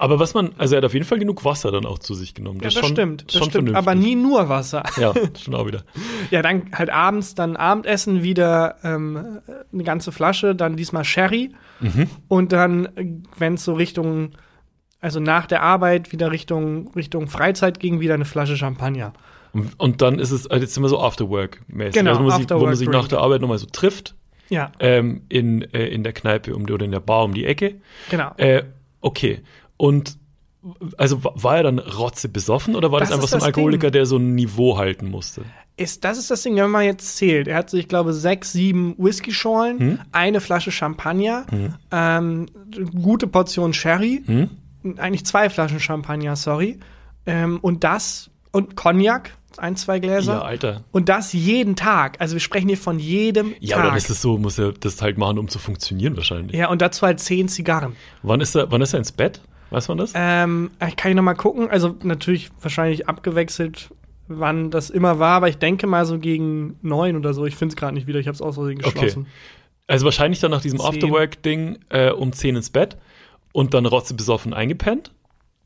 S3: Aber was man, also er hat auf jeden Fall genug Wasser dann auch zu sich genommen.
S2: Ja,
S3: ist
S2: das
S3: schon,
S2: stimmt, das
S3: schon
S2: stimmt.
S3: vernünftig.
S2: Aber nie nur Wasser.
S3: Ja, schon auch wieder.
S2: Ja, dann halt abends, dann Abendessen wieder ähm, eine
S3: Mhm.
S2: ganze Flasche, dann diesmal Sherry und dann, wenn es so Richtung also nach der Arbeit wieder Richtung, Richtung Freizeit ging, wieder eine Flasche Champagner.
S3: Und, und dann ist es, also jetzt immer so Afterwork-mäßig.
S2: Genau,
S3: also wo man, sich, wo man sich
S2: Afterwork-Drink.
S3: nach der Arbeit nochmal so trifft,
S2: Ja,
S3: ähm, in, äh, in der Kneipe um, die- oder in der Bar um die Ecke.
S2: genau.
S3: Äh, okay. Und also wa- war er dann rotze besoffen oder war das,
S2: Das
S3: einfach
S2: ist
S3: so ein
S2: das
S3: Alkoholiker, der so ein Niveau halten musste?
S2: Ist, das ist das Ding, wenn man jetzt zählt. Er hat sich, ich glaube, sechs, sieben Whisky-Schorlen,
S3: Hm?
S2: eine Flasche Champagner, ähm, gute Portion Sherry,
S3: Hm?
S2: eigentlich zwei Flaschen Champagner, sorry. Ähm, und das und Cognac, ein, zwei Gläser.
S3: Ja, Alter.
S2: Und das jeden Tag. Also wir sprechen hier von jedem
S3: Ja, aber
S2: Tag.
S3: dann ist es so, muss er das halt machen, um zu funktionieren wahrscheinlich.
S2: ja, und dazu halt zehn Zigarren.
S3: Wann, ist er, wann ist er ins Bett? Weiß man das?
S2: Ähm, ich kann ich nochmal gucken. Also natürlich wahrscheinlich abgewechselt, wann das immer war, aber ich denke mal so gegen neun oder so. Ich finde es gerade nicht wieder. Ich habe es aus Versehen geschlossen.
S3: Also wahrscheinlich dann nach diesem
S2: Zehn.
S3: Afterwork-Ding äh, um 10 ins Bett und dann rotze besoffen eingepennt,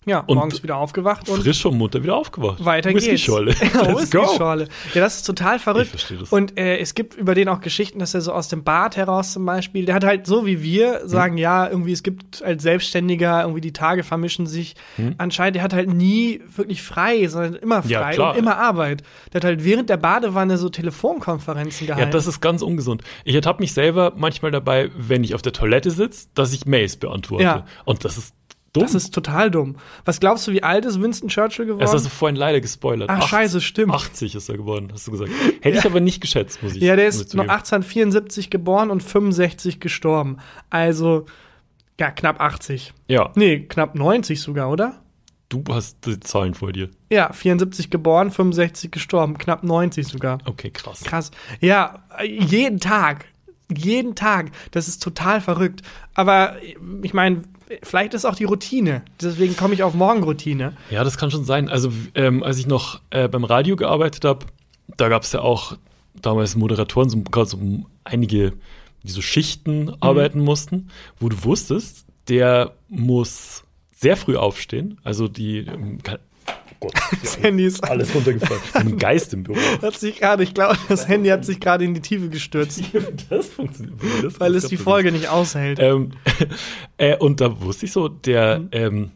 S2: Ja,
S3: Und-
S2: morgens wieder aufgewacht und
S3: frisch und munter wieder aufgewacht.
S2: weiter geht's.
S3: Whisky-Scholle.
S2: Ja,
S3: Let's go.
S2: Whisky-Schorle. Ja, das ist total verrückt.
S3: Ich verstehe das.
S2: Und äh, es gibt über den auch Geschichten, dass er so aus dem Bad heraus zum Beispiel, der hat halt so wie
S3: Hm.
S2: wir sagen, ja, irgendwie es gibt als Selbstständiger irgendwie die Tage vermischen sich. Anscheinend, der hat halt nie wirklich frei, sondern immer
S3: Hm. Ja,
S2: frei
S3: klar.
S2: und immer Arbeit. Der hat halt während der Badewanne so Telefonkonferenzen gehalten.
S3: Ja, das ist ganz ungesund. Ich ertappe mich selber manchmal dabei, wenn ich auf der Toilette sitze, dass ich Mails beantworte.
S2: Ja.
S3: Und das ist dumm.
S2: Das ist total dumm. Was glaubst du, wie alt ist Winston Churchill geworden?
S3: das hast du vorhin leider gespoilert.
S2: Ach,
S3: 80
S2: scheiße, stimmt.
S3: 80 ist er geworden, hast du gesagt. Hätte ich aber nicht geschätzt, muss ich
S2: Ja, der
S3: muss ich
S2: ist noch
S3: zugeben.
S2: 1874 geboren und 65 gestorben. Also, ja, knapp 80.
S3: Ja,
S2: Nee, knapp 90 sogar, oder?
S3: du hast die Zahlen vor dir.
S2: Ja, 74 geboren, 65 gestorben, knapp 90 sogar.
S3: Okay, krass.
S2: Krass. Ja, jeden Tag. Jeden Tag. Das ist total verrückt. Aber ich meine, vielleicht ist auch die Routine. Deswegen komme ich auf Morgenroutine.
S3: Ja, das kann schon sein. Also, w- ähm, als ich noch äh, beim Radio gearbeitet habe, da gab es ja auch damals Moderatoren, so, gerade so einige, die so Schichten arbeiten mussten, wo du wusstest, der muss sehr früh aufstehen. Also, die. Ähm, kann, oh Gott,
S2: Das Handy ist
S3: alles runtergefallen. Ein Geist im Büro.
S2: hat sich gerade, ich glaube, das Handy hat sich gerade in die Tiefe gestürzt,
S3: Das funktioniert. das-
S2: weil
S3: das
S2: es die
S3: klappt
S2: Folge nicht aushält.
S3: ähm, äh, und da wusste ich so, der
S2: Mhm.
S3: ähm,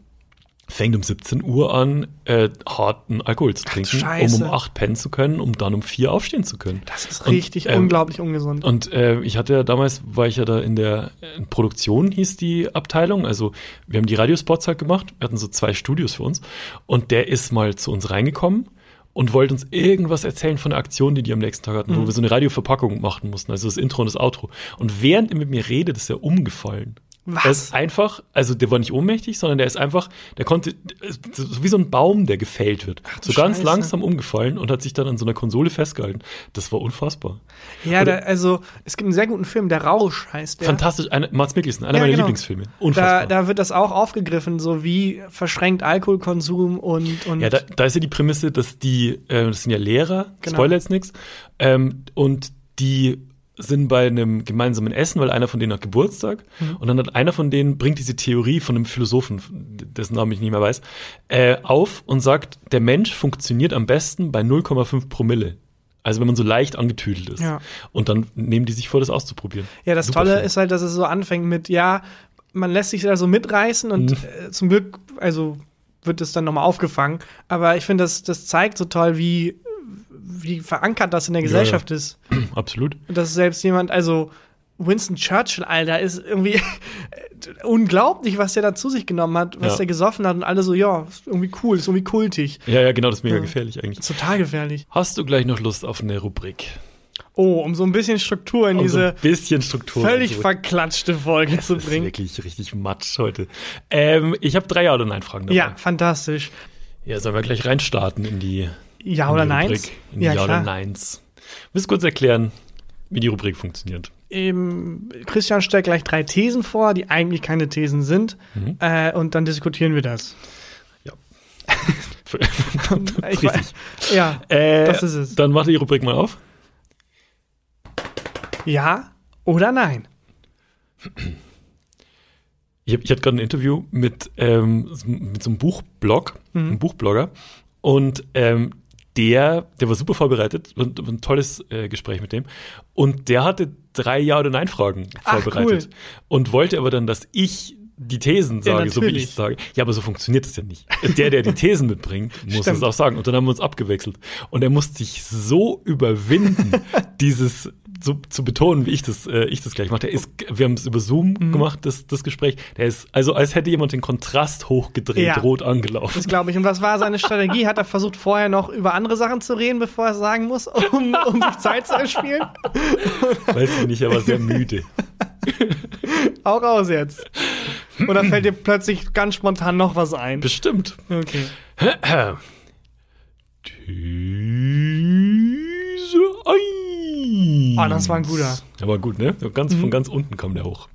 S3: fängt um 17 Uhr an, äh, harten Alkohol zu trinken,
S2: Scheiße.
S3: um um 8 pennen zu können, um dann um 4 aufstehen zu können.
S2: Das ist
S3: Und,
S2: richtig
S3: ähm,
S2: unglaublich ungesund.
S3: Und äh, ich hatte ja damals, war ich ja da in der äh, Produktion, hieß die Abteilung. Also wir haben die Radiospots halt gemacht. Wir hatten so zwei Studios für uns. Und der ist mal zu uns reingekommen und wollte uns irgendwas erzählen von der Aktion, die die am nächsten Tag hatten,
S2: Mhm.
S3: wo wir so eine Radioverpackung machen mussten. Also das Intro und das Outro. Und während er mit mir redet, ist er umgefallen.
S2: Was?
S3: Er ist einfach, also der war nicht ohnmächtig, sondern der ist einfach, der konnte, so wie so ein Baum, der gefällt wird.
S2: du
S3: so ganz
S2: Scheiße.
S3: langsam umgefallen und hat sich dann an so einer Konsole festgehalten. Das war unfassbar.
S2: ja, da, also es gibt einen sehr guten Film, Der Rausch heißt der.
S3: Fantastisch, eine, Mats Mikkelsen, einer
S2: Ja,
S3: meiner
S2: genau.
S3: Lieblingsfilme.
S2: Da,
S3: Unfassbar.
S2: da wird das auch aufgegriffen, so wie verschränkt Alkoholkonsum und, und
S3: ja, da, da ist ja die Prämisse, dass die, äh, das sind ja Lehrer,
S2: Genau.
S3: Spoiler jetzt nix, ähm, und die sind bei einem gemeinsamen Essen, weil einer von denen hat Geburtstag
S2: Mhm.
S3: und dann hat einer von denen, bringt diese Theorie von einem Philosophen, dessen Namen ich nicht mehr weiß, äh, auf und sagt, der Mensch funktioniert am besten bei 0,5 Promille. Also wenn man so leicht angetüdelt ist.
S2: Ja.
S3: Und dann nehmen die sich vor, das auszuprobieren.
S2: ja das
S3: Super
S2: Tolle
S3: Film.
S2: ist halt, dass es so anfängt mit, ja, man lässt sich da so mitreißen und
S3: Mhm.
S2: äh, zum Glück, also wird es dann nochmal aufgefangen. Aber ich finde, das, das zeigt so toll, wie, wie verankert das in der Gesellschaft ist.
S3: Absolut.
S2: dass selbst jemand, also Winston Churchill, Alter, ist irgendwie unglaublich, was der da zu sich genommen hat, was
S3: Ja.
S2: der gesoffen hat und alle so, ja, ist irgendwie cool, ist irgendwie kultig.
S3: Ja, ja, genau, das ist mega
S2: Ja.
S3: gefährlich eigentlich.
S2: Ist total gefährlich.
S3: Hast du gleich noch Lust auf eine Rubrik?
S2: Oh, um so ein bisschen Struktur in
S3: um so
S2: diese
S3: ein bisschen Struktur
S2: völlig
S3: reinzubringen.
S2: verklatschte Folge zu
S3: Das ist
S2: bringen.
S3: wirklich richtig matsch heute. Ähm, ich habe drei Ja- oder Nein-Fragen dabei.
S2: Ja, fantastisch.
S3: ja, sollen wir gleich reinstarten in die,
S2: Ja
S3: in
S2: oder
S3: die
S2: nein?
S3: Rubrik? In die
S2: Ja,
S3: ja oder
S2: klar.
S3: Neins. Willst du kurz erklären, wie die Rubrik funktioniert?
S2: Ähm, Christian stellt gleich drei Thesen vor, die eigentlich keine Thesen sind.
S3: Mhm.
S2: Äh, und dann diskutieren wir das. Ich
S3: Richtig.
S2: weiß- Ja,
S3: Äh,
S2: das ist es.
S3: Dann mach die Rubrik mal auf.
S2: ja oder nein?
S3: Ich, hab, ich hatte gerade ein Interview mit, ähm, so- mit so einem Buchblog,
S2: Mhm.
S3: einem Buchblogger. Und ähm, der, der war super vorbereitet und ein tolles äh, Gespräch mit dem. Und der hatte drei Ja- oder Nein-Fragen
S2: Ach,
S3: vorbereitet. Und wollte aber dann, dass ich die Thesen
S2: Ja,
S3: sage, so wie ich
S2: natürlich.
S3: es sage. Ja, aber so funktioniert das ja nicht. Der, der die Thesen mitbringt, muss
S2: Stimmt.
S3: es auch sagen. Und dann haben wir uns abgewechselt. Und er musste sich so überwinden, dieses so zu betonen, wie ich das, äh, ich das gleich mache. Der ist, wir haben es über Zoom
S2: Mhm.
S3: gemacht, das, das Gespräch. Der ist, also als hätte jemand den Kontrast hochgedreht,
S2: Ja.
S3: rot angelaufen.
S2: Das glaube ich. Und was war seine Strategie? Hat er versucht, vorher noch über andere Sachen zu reden, bevor er es sagen muss, um, um sich Zeit zu erspielen?
S3: Weiß ich nicht, aber sehr müde.
S2: Auch raus jetzt. Oder fällt dir plötzlich ganz spontan noch was ein?
S3: Bestimmt.
S2: Okay.
S3: These 1.
S2: Ah, das war ein guter. Mhm.
S3: Der war gut, ne? So Ganz, Von ganz unten kam der hoch.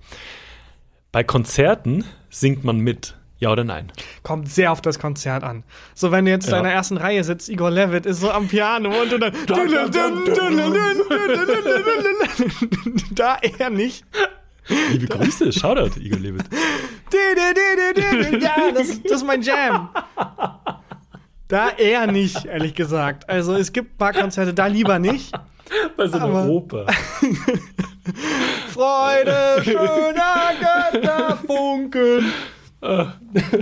S3: Bei Konzerten singt man mit. Ja oder nein?
S2: Kommt sehr auf das Konzert an. So, wenn du jetzt
S3: Ja.
S2: in der ersten Reihe sitzt, Igor Levitt ist so am Piano und du dann. da eher nicht.
S3: Liebe Grüße, Shoutout, Igor Levit.
S2: Ja, das, das ist mein Jam. Da eher nicht, ehrlich gesagt. Also es gibt ein paar Konzerte, da lieber nicht.
S3: Bei so
S2: Aber-
S3: einer Oper.
S2: Freude, schöner Götterfunken. Ah.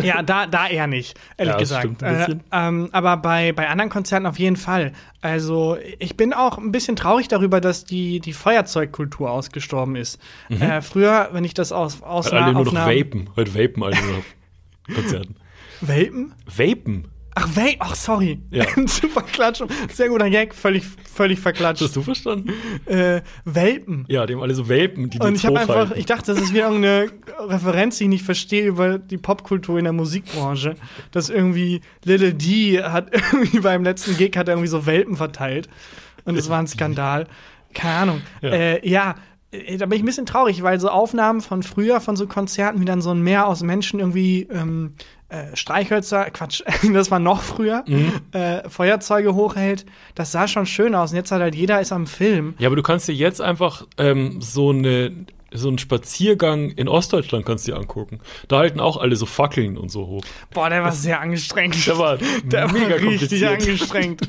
S2: ja, da, da eher nicht, ehrlich
S3: Ja, das
S2: gesagt.
S3: stimmt ein bisschen.
S2: Äh, ähm, aber bei, bei anderen Konzerten auf jeden Fall. Also, ich bin auch ein bisschen traurig darüber, dass die, die Feuerzeugkultur ausgestorben ist. Äh, früher, wenn ich das aus, aus
S3: Mhm. Alle nur noch
S2: Nahaufnahmen-
S3: vapen. Heute vapen alle nur auf Konzerten.
S2: Welpen?
S3: Vapen?
S2: Ach, Welpen? Ach, sorry.
S3: Ja.
S2: Super Klatsch. Sehr guter Gag. Völlig, völlig verklatscht.
S3: Hast du verstanden?
S2: Äh, Welpen.
S3: Ja, die haben alle so Vapen, die die
S2: Und ich habe
S3: hochhalten.
S2: einfach, ich dachte, das ist wieder irgendeine Referenz, die ich nicht verstehe über die Popkultur in der Musikbranche. Dass irgendwie Little D hat irgendwie beim letzten Gig hat er irgendwie so Welpen verteilt. Und es war ein Skandal. Keine Ahnung. Ja. Äh, ja. äh, Da bin ich ein bisschen traurig, weil so Aufnahmen von früher, von so Konzerten, wie dann so ein Meer aus Menschen irgendwie ähm, äh, Streichhölzer, Quatsch, das war noch früher,
S3: Mhm.
S2: äh, Feuerzeuge hochhält, das sah schon schön aus. Und jetzt hat halt jeder ist am Film.
S3: Ja, aber du kannst dir jetzt einfach ähm, so eine so einen Spaziergang in Ostdeutschland kannst du dir angucken. Da halten auch alle so Fackeln und so hoch.
S2: Boah, der war sehr angestrengt.
S3: Der war
S2: Der
S3: mega
S2: war richtig
S3: kompliziert.
S2: angestrengt.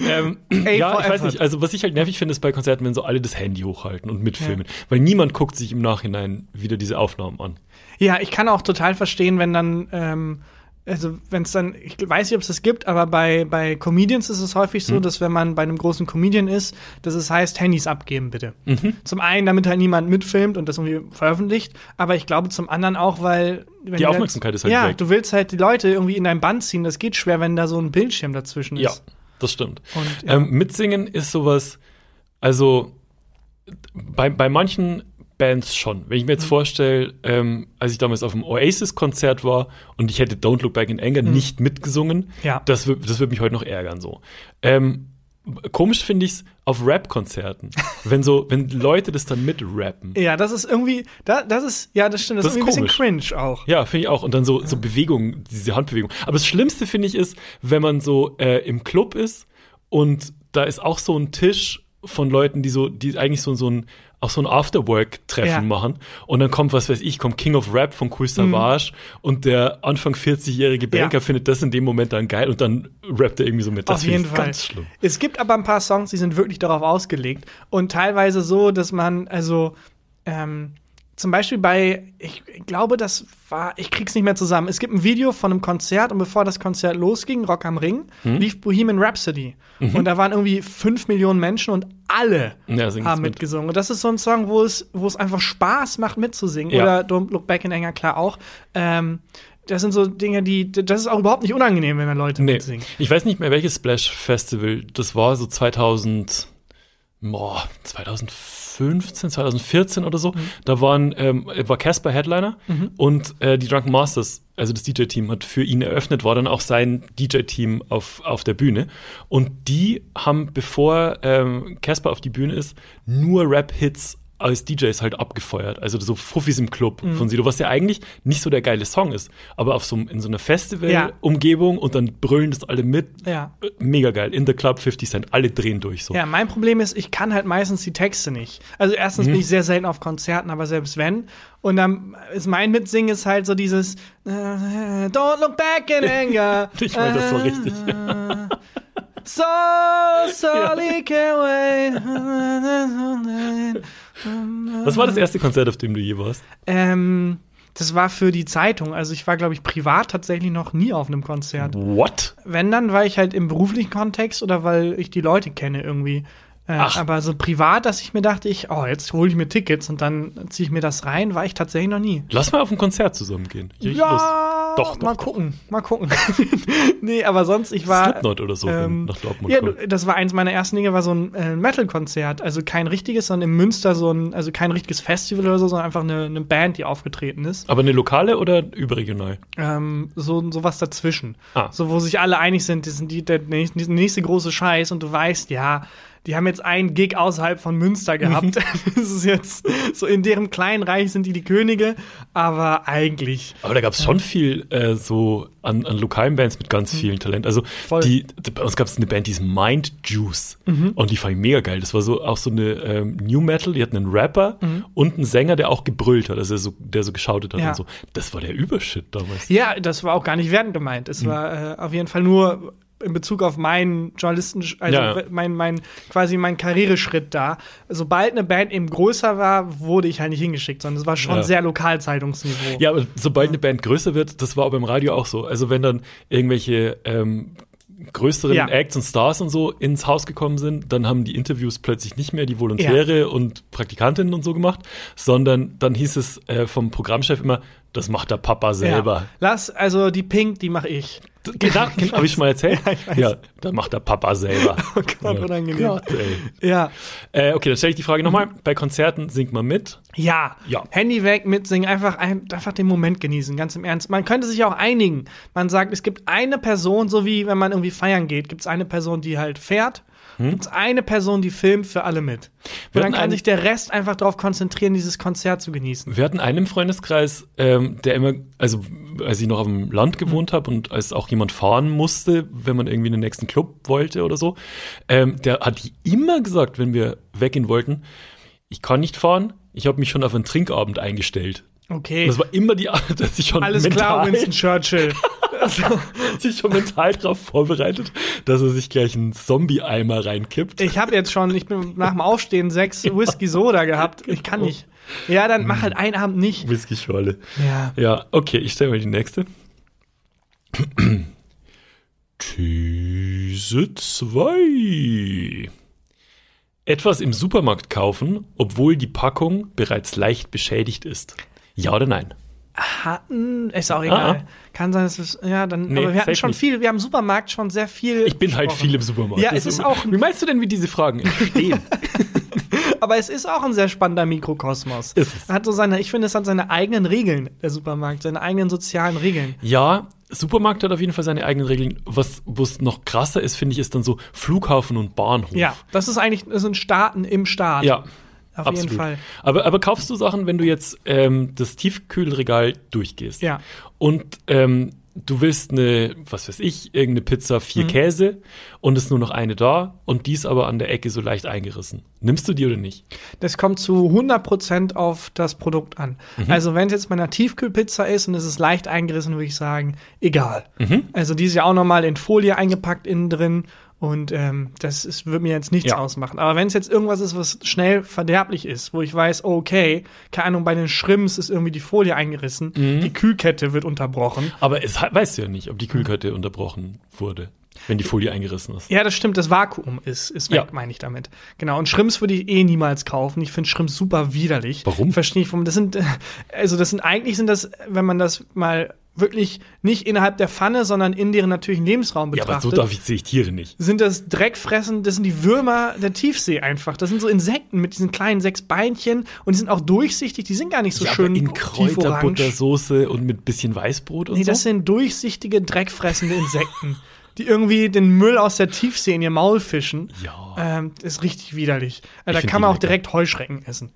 S3: Ähm,
S2: Ey,
S3: ja,
S2: for
S3: ich weiß
S2: effort.
S3: nicht. Also was ich halt nervig finde, ist bei Konzerten, wenn so alle das Handy hochhalten und mitfilmen, weil niemand guckt sich im Nachhinein wieder diese Aufnahmen an.
S2: Ja, ich kann auch total verstehen, wenn dann, ähm, also wenn es dann, ich weiß nicht, ob es das gibt, aber bei, bei Comedians ist es häufig
S3: Mhm.
S2: so, dass wenn man bei einem großen Comedian ist, dass es heißt, Handys abgeben bitte.
S3: Mhm.
S2: Zum einen, damit halt niemand mitfilmt und das irgendwie veröffentlicht, aber ich glaube zum anderen auch, weil wenn du-
S3: Aufmerksamkeit ist halt
S2: ja,
S3: weg.
S2: du willst halt die Leute irgendwie in dein Band ziehen, das geht schwer, wenn da so ein Bildschirm dazwischen
S3: Ja,
S2: ist.
S3: das stimmt.
S2: Und, ja.
S3: ähm, mitsingen ist sowas, also bei, bei manchen Bands schon. Wenn ich mir jetzt
S2: Mhm.
S3: vorstelle, ähm, als ich damals auf dem Oasis-Konzert war und ich hätte Don't Look Back in Anger nicht mitgesungen,
S2: Mhm. Ja.
S3: das, wür- das würde mich heute noch ärgern so. Ähm, komisch finde ich es auf Rap-Konzerten, wenn so, wenn Leute das dann mitrappen.
S2: Ja, das ist irgendwie, da, das ist, ja, das stimmt, das,
S3: Das
S2: ist
S3: ist
S2: irgendwie ein bisschen cringe auch.
S3: Ja, finde ich auch. Und dann so, so Bewegungen, diese Handbewegung. Aber das Schlimmste finde ich ist, wenn man so äh, im Club ist und da ist auch so ein Tisch von Leuten, die so, die eigentlich so, so ein, auch so ein Afterwork-Treffen
S2: Ja. Mhm.
S3: machen. Und dann kommt, was weiß ich, kommt King of Rap von Cool Savage und der Anfang 40-jährige Banker
S2: Ja.
S3: findet das in dem Moment dann geil und dann rappt er irgendwie so mit. Das
S2: Auf
S3: finde
S2: jeden
S3: ich
S2: Fall.
S3: ganz schlimm.
S2: Es gibt aber ein paar Songs, die sind wirklich darauf ausgelegt und teilweise so, dass man, also ähm, zum Beispiel bei, ich glaube, das war, ich krieg's nicht mehr zusammen. Es gibt ein Video von einem Konzert und bevor das Konzert losging, Rock am Ring,
S3: Hm?
S2: lief Bohemian Rhapsody und da waren irgendwie fünf Millionen Menschen und alle
S3: Mhm. Ja, singen
S2: haben
S3: mit.
S2: mitgesungen. Und das ist so ein Song, wo es, wo es einfach Spaß macht, mitzusingen.
S3: Ja.
S2: Oder Don't Look Back in Anger, klar auch. Ähm, das sind so Dinge, die, das ist auch überhaupt nicht unangenehm, wenn da Leute
S3: Nee.
S2: mitsingen.
S3: Ich weiß nicht mehr, welches Splash Festival das war, so 2000, boah, 2015, 2014 oder
S2: Mhm.
S3: so. Da waren, ähm, war Casper Headliner und äh, die Drunken Masters, also das DJ-Team, hat für ihn eröffnet, war dann auch sein DJ-Team auf, auf der Bühne. Und die haben, bevor ähm, Casper auf die Bühne ist, nur Rap-Hits als DJs halt abgefeuert. Also so Fuffis im Club
S2: Mhm.
S3: von Sido, was ja eigentlich nicht so der geile Song ist. Aber auf so, einem- in so einer
S2: Ja.
S3: Festival-Umgebung und dann brüllen das alle mit.
S2: Ja.
S3: Äh, Mega geil. In the Club 50 Cent. Alle drehen durch so.
S2: Ja, mein Problem ist, ich kann halt meistens die Texte nicht. Also erstens
S3: Mhm.
S2: bin ich sehr selten auf Konzerten, aber selbst wenn. Und dann ist mein Mitsingen ist halt so dieses äh, Don't look back in anger. Äh,
S3: Ich meine, das war richtig.
S2: So sorry can wait.
S3: Was war das erste Konzert, auf dem du je warst?
S2: Ähm, Das war für die Zeitung. Also ich war, glaube ich, privat tatsächlich noch nie auf einem Konzert.
S3: What?
S2: Wenn, dann war ich halt im beruflichen Kontext oder weil ich die Leute kenne irgendwie. Äh,
S3: Ach.
S2: Aber so privat, dass ich mir dachte, ich, oh, jetzt hole ich mir Tickets und dann ziehe ich mir das rein, war ich tatsächlich noch nie.
S3: Lass mal auf ein Konzert zusammen gehen. Ich hab richtig
S2: Ja,
S3: Doch, doch,
S2: mal
S3: doch.
S2: gucken, mal gucken. nee, aber sonst, ich war. ähm,
S3: Slipknot oder so, wenn nach Dortmund
S2: Ja,
S3: kommt.
S2: das war eins meiner ersten Dinge, war so ein äh, Metal-Konzert. Also kein richtiges, sondern in Münster so ein, also kein richtiges Festival oder so, sondern einfach eine, eine Band, die aufgetreten ist.
S3: Aber eine lokale oder überregional?
S2: Ähm, so, so was dazwischen.
S3: Ah.
S2: So, wo sich alle einig sind, das sind die, der nächste, die nächste große Scheiß und du weißt, ja, die haben jetzt einen Gig außerhalb von Münster gehabt.
S3: Mhm.
S2: das ist jetzt, so in deren kleinen Reich sind die die Könige, aber eigentlich.
S3: Aber da gab es schon viel äh, so an, an lokalen Bands mit ganz vielen Talent. Also
S2: Voll.
S3: die, d- bei uns gab es eine Band, die ist Mind Juice. Und die fand ich mega geil. Das war so auch so eine ähm, New Metal, die hatten einen Rapper und einen Sänger, der auch gebrüllt hat, also der so, der so geschautet hat
S2: Ja.
S3: und so. Das war der Übershit damals.
S2: Ja, das war auch gar nicht wertend gemeint.
S3: Mhm.
S2: Es war äh, auf jeden Fall nur in Bezug auf meinen Journalisten, also
S3: Ja, ja.
S2: mein, mein, quasi mein Karriereschritt da. Sobald eine Band eben größer war, wurde ich halt nicht hingeschickt, sondern es war schon
S3: Ja.
S2: sehr Lokalzeitungsniveau.
S3: Ja, aber sobald eine Band größer wird, das war auch beim Radio auch so. Also wenn dann irgendwelche ähm, größeren
S2: Ja.
S3: Acts und Stars und so ins Haus gekommen sind, dann haben die Interviews plötzlich nicht mehr die Volontäre und Praktikantinnen und so gemacht, sondern dann hieß es äh, vom Programmchef immer, das macht der Papa selber.
S2: Lass, also die Pink, die mache ich.
S3: D- Genau, habe ich schon mal erzählt?
S2: Ja, ich weiß.
S3: dann macht der Papa selber.
S2: Oh Gott, unangenehm.
S3: Gott, ey.
S2: Ja.
S3: Äh, okay, dann stelle ich die Frage nochmal. Bei Konzerten singt man mit.
S2: Ja.
S3: Ja.
S2: Handy weg, mitsingen, einfach, ein, einfach den Moment genießen, ganz im Ernst. Man könnte sich auch einigen. Man sagt, es gibt eine Person, so wie wenn man irgendwie feiern geht, gibt es eine Person, die halt fährt,
S3: Hm?
S2: gibt es eine Person, die filmt für alle mit. Und dann
S3: Wir hatten
S2: kann
S3: einen-
S2: sich der Rest einfach darauf konzentrieren, dieses Konzert zu genießen.
S3: Wir hatten einen im Freundeskreis, ähm, der immer, also als ich noch auf dem Land
S2: Mhm.
S3: gewohnt habe und als auch jemand fahren musste, wenn man irgendwie in den nächsten Club wollte oder so, ähm, der hat immer gesagt, wenn wir weggehen wollten, ich kann nicht fahren, ich habe mich schon auf einen Trinkabend eingestellt.
S2: Okay.
S3: Das war immer die Art, dass ich schon
S2: Alles klar,
S3: mental,
S2: Winston Churchill.
S3: sich schon mental darauf vorbereitet, dass er sich gleich einen Zombie-Eimer reinkippt.
S2: Ich habe jetzt schon, ich bin nach dem Aufstehen sechs Whisky Soda gehabt. Ich kann
S3: Genau.
S2: nicht. Ja, dann mach halt einen Abend nicht.
S3: Whisky-Schorle.
S2: Ja.
S3: Mhm. Ja, okay, ich stelle mal die nächste. These 2. Etwas im Supermarkt kaufen, obwohl die Packung bereits leicht beschädigt ist. Ja oder nein?
S2: hatten, ist auch egal.
S3: Ah, ah.
S2: Kann sein, dass es, ja, dann,
S3: Nee,
S2: aber wir hatten
S3: safe
S2: schon
S3: nicht.
S2: viel, wir haben im Supermarkt schon sehr viel.
S3: Ich bin halt
S2: besprochen.
S3: viel im Supermarkt.
S2: Ja, es
S3: Das
S2: ist auch-
S3: Wie meinst du denn, wie diese Fragen entstehen?
S2: Aber es ist auch ein sehr spannender Mikrokosmos.
S3: Ist es.
S2: Hat so seine, ich finde, es hat seine eigenen Regeln, der Supermarkt, seine eigenen sozialen Regeln.
S3: ja, Supermarkt hat auf jeden Fall seine eigenen Regeln. Was was noch krasser ist, finde ich, ist dann so Flughafen und Bahnhof.
S2: Ja, das ist eigentlich, das sind Staaten im Staat.
S3: Ja.
S2: Auf
S3: Absolut.
S2: jeden Fall.
S3: Aber, aber kaufst du Sachen, wenn du jetzt ähm, das Tiefkühlregal durchgehst?
S2: Ja.
S3: Und ähm, du willst eine, was weiß ich, irgendeine Pizza, vier
S2: Mhm.
S3: Käse und es ist nur noch eine da und die ist aber an der Ecke so leicht eingerissen. Nimmst du die oder nicht?
S2: Das kommt zu 100% auf das Produkt an. Also, wenn es jetzt bei einer Tiefkühlpizza ist und es ist leicht eingerissen, würde ich sagen, egal. Also, die ist ja auch nochmal in Folie eingepackt innen drin und ähm, das ist, würde mir jetzt nichts
S3: Ja.
S2: ausmachen. Aber wenn es jetzt irgendwas ist, was schnell verderblich ist, wo ich weiß, okay, keine Ahnung, bei den Shrimps ist irgendwie die Folie eingerissen, die Kühlkette wird unterbrochen.
S3: Aber es hat- weißt du ja nicht, ob die Kühlkette unterbrochen wurde, wenn die Folie eingerissen ist.
S2: Ja, das stimmt, das Vakuum ist, ist weg,
S3: Ja.
S2: meine ich damit. Genau, und Shrimps würde ich eh niemals kaufen. Ich finde Shrimps super widerlich.
S3: Warum?
S2: Verstehe ich, warum. Das sind, äh, also das sind, eigentlich sind das, wenn man das mal wirklich nicht innerhalb der Pfanne, sondern in deren natürlichen Lebensraum
S3: Ja, aber so
S2: betrachtet,
S3: darf ich, sehe ich Tiere nicht.
S2: sind das Dreckfressen, das sind die Würmer der Tiefsee einfach. Das sind so Insekten mit diesen kleinen sechs Beinchen und die sind auch durchsichtig, die sind gar nicht so
S3: ja,
S2: schön
S3: aber in
S2: tieforange.
S3: Kräuterbuttersoße und mit bisschen Weißbrot und
S2: Nee,
S3: so.
S2: das sind durchsichtige, dreckfressende Insekten, die irgendwie den Müll aus der Tiefsee in ihr Maul fischen.
S3: Ja.
S2: Ähm, ist richtig widerlich. Äh, da
S3: Oh. find
S2: kann
S3: die
S2: man auch
S3: lecker.
S2: direkt Heuschrecken essen.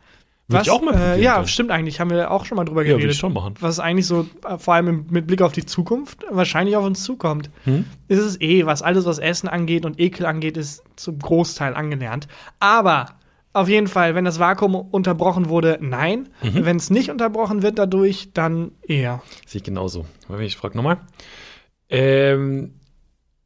S3: Würde ich auch mal probieren
S2: äh, ja,
S3: dann.
S2: stimmt eigentlich. Haben wir auch schon mal drüber
S3: Ja,
S2: geredet.
S3: würde ich schon machen.
S2: Was eigentlich so, äh, vor allem im- mit Blick auf die Zukunft, wahrscheinlich auf uns zukommt.
S3: Hm?
S2: Ist es eh, was alles, was Essen angeht und Ekel angeht, ist zum Großteil angelernt. Aber auf jeden Fall, wenn das Vakuum unterbrochen wurde, nein.
S3: Mhm.
S2: Wenn es nicht unterbrochen wird dadurch, dann eher.
S3: Sehe ich genauso. Warte, Ich frage nochmal. Ähm,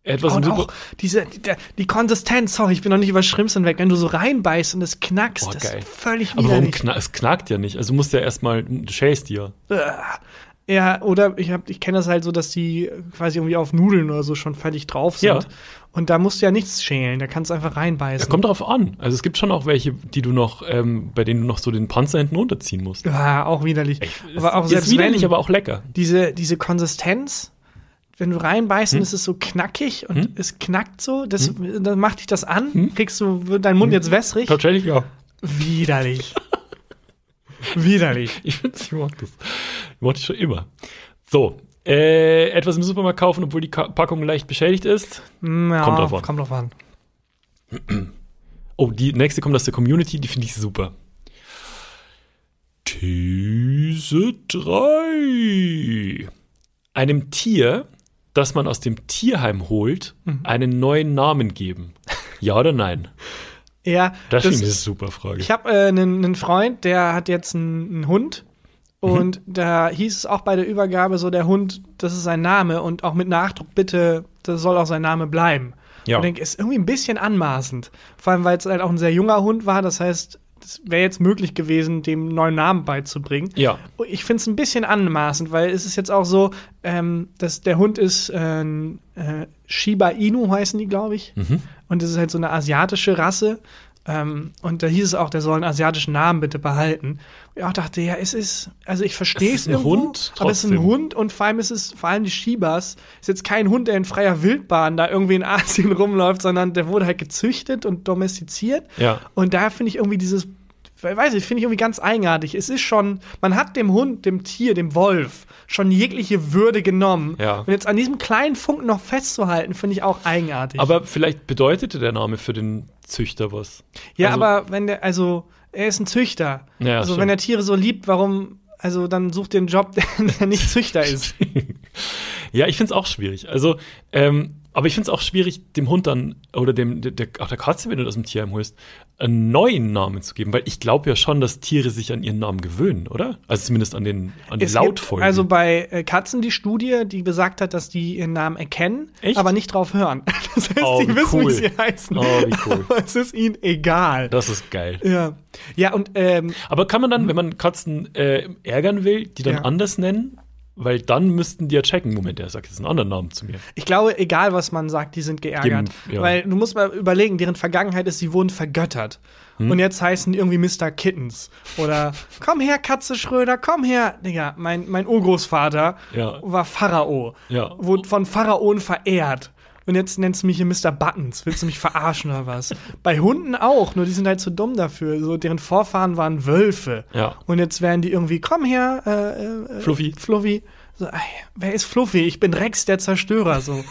S3: Etwas im
S2: und
S3: Super.
S2: auch diese, die, die Konsistenz, sorry, ich bin noch nicht über Shrimps hinweg, wenn du so reinbeißt und es knackst,
S3: Boah,
S2: das
S3: Oh, geil.
S2: ist völlig
S3: Aber warum
S2: widerlich.
S3: kna es knackt ja nicht? Also du musst ja erstmal, du schälst die ja.
S2: Äh, Ja, oder ich, hab- ich kenne das halt so, dass die quasi irgendwie auf Nudeln oder so schon fertig drauf sind.
S3: Ja.
S2: Und da musst du ja nichts schälen, da kannst du einfach reinbeißen.
S3: Kommt drauf an. Also es gibt schon auch welche, die du noch, ähm, bei denen du noch so den Panzer hinten runterziehen musst.
S2: Ah, auch widerlich. aber auch
S3: ist
S2: selbst
S3: widerlich,
S2: wenn,
S3: aber auch lecker.
S2: diese, diese Konsistenz, wenn du reinbeißt
S3: Hm?
S2: und es ist so knackig und es knackt so, das, dann macht dich das an,
S3: Hm?
S2: kriegst du, wird dein Mund jetzt wässrig.
S3: Tatsächlich, ja.
S2: Widerlich. widerlich.
S3: Ich, find's- ich mag das. Ich mochte ich schon immer. So, äh, etwas im Supermarkt kaufen, obwohl die Ka Packung leicht beschädigt ist.
S2: Mm, Ja,
S3: Kommt drauf an.
S2: Kommt drauf an.
S3: Oh, die nächste kommt aus der Community, die finde ich super. These 3. Einem Tier, das man aus dem Tierheim holt, einen neuen Namen geben. Ja oder nein?
S2: Ja,
S3: Das,
S2: das-
S3: ist eine super Frage.
S2: Ich habe äh, einen, einen Freund, der hat jetzt einen, einen Hund. Und da hieß es auch bei der Übergabe so, der Hund, das ist sein Name und auch mit Nachdruck bitte, das soll auch sein Name bleiben.
S3: Ja.
S2: Ich denke, ist irgendwie ein bisschen anmaßend. Vor allem, weil es halt auch ein sehr junger Hund war. Das heißt, es wäre jetzt möglich gewesen, dem neuen Namen beizubringen.
S3: Ja.
S2: Und Ich finde es ein bisschen anmaßend, weil es ist jetzt auch so, ähm, dass der Hund ist äh, äh, Shiba Inu heißen die, glaube ich.
S3: Mhm.
S2: Und das ist halt so eine asiatische Rasse. Ähm, und da hieß es auch, der soll einen asiatischen Namen bitte behalten. Und ich auch dachte, ja, es ist, also ich verstehe
S3: Es ist
S2: es
S3: ein
S2: irgendwo,
S3: Hund,
S2: aber es ist ein
S3: trotzdem.
S2: Hund und vor allem ist es, vor allem die Shibas, ist jetzt kein Hund, der in freier Wildbahn da irgendwie in Asien rumläuft, sondern der wurde halt gezüchtet und domestiziert.
S3: Ja.
S2: Und da finde ich irgendwie dieses, weiß ich, finde ich irgendwie ganz eigenartig. Es ist schon, man hat dem Hund, dem Tier, dem Wolf schon jegliche Würde genommen.
S3: Ja.
S2: Und jetzt an diesem kleinen Funken noch festzuhalten, finde ich auch eigenartig.
S3: Aber vielleicht bedeutete der Name für den Züchter was.
S2: ja,
S3: Also,
S2: aber wenn der, also, er ist ein Züchter.
S3: Ja,
S2: also,
S3: stimmt.
S2: wenn er Tiere so liebt, warum, also, dann sucht den Job, der, der nicht Züchter ist.
S3: Ja, ich find's auch schwierig. Also, ähm, aber ich find's auch schwierig, dem Hund dann oder dem, der, der, auch der Katze, wenn du das im Tierheim holst, einen neuen Namen zu geben, weil ich glaube ja schon, dass Tiere sich an ihren Namen gewöhnen, oder? Also zumindest an den an die
S2: Es gibt
S3: Lautfolgen.
S2: Also bei äh, Katzen die Studie, die besagt hat, dass die ihren Namen erkennen,
S3: Echt?
S2: aber nicht drauf hören. Das heißt,
S3: Oh,
S2: die
S3: wie
S2: wissen,
S3: cool.
S2: wie sie heißen.
S3: Oh, wie cool.
S2: Aber es ist ihnen egal.
S3: das ist geil.
S2: ja. ja, und ähm,
S3: Aber kann man dann, wenn man Katzen äh, ärgern will, die dann
S2: Ja.
S3: anders nennen? Weil dann müssten die ja checken, Moment, der sagt jetzt einen anderen Namen zu mir.
S2: ich glaube, egal was man sagt, die sind geärgert.
S3: Geben- ja.
S2: Weil du musst mal überlegen, deren Vergangenheit ist, sie wurden vergöttert.
S3: Hm?
S2: Und jetzt heißen die irgendwie Mr. Kittens. Oder komm her, Katze Schröder, komm her. Digga, mein, mein Urgroßvater
S3: Ja.
S2: war Pharao.
S3: Ja.
S2: Wurde von Pharaonen verehrt. Und jetzt nennst du mich hier Mr. Buttons. Willst du mich verarschen oder was? Bei Hunden auch, nur die sind halt zu dumm dafür. So, deren Vorfahren waren Wölfe.
S3: Ja.
S2: Und jetzt werden die irgendwie, komm her, äh, äh, äh,
S3: Fluffy.
S2: Fluffy. So, ey, wer ist Fluffy? Ich bin Rex, der Zerstörer. So. Äh,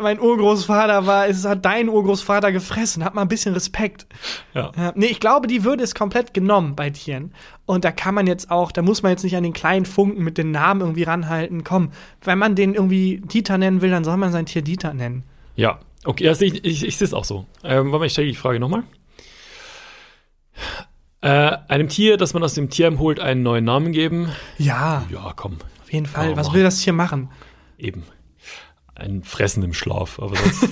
S2: mein Urgroßvater war, es hat deinen Urgroßvater gefressen. Hab mal ein bisschen Respekt.
S3: Ja.
S2: Ja, nee, ich glaube, die Würde ist komplett genommen bei Tieren. Und da kann man jetzt auch, da muss man jetzt nicht an den kleinen Funken mit den Namen irgendwie ranhalten. Komm, wenn man den irgendwie Dieter nennen will, dann soll man sein Tier Dieter nennen.
S3: Ja, okay, das, ich, ich, ich sehe es auch so. Ähm, warte mal, ich stelle die Frage nochmal. Äh, einem Tier, das man aus dem Tierheim holt, einen neuen Namen geben.
S2: Ja, Oh
S3: Ja, komm,
S2: auf jeden Fall.
S3: Ja,
S2: Was
S3: mach.
S2: will das Tier machen?
S3: eben. Ein Fressen im Schlaf, aber sonst.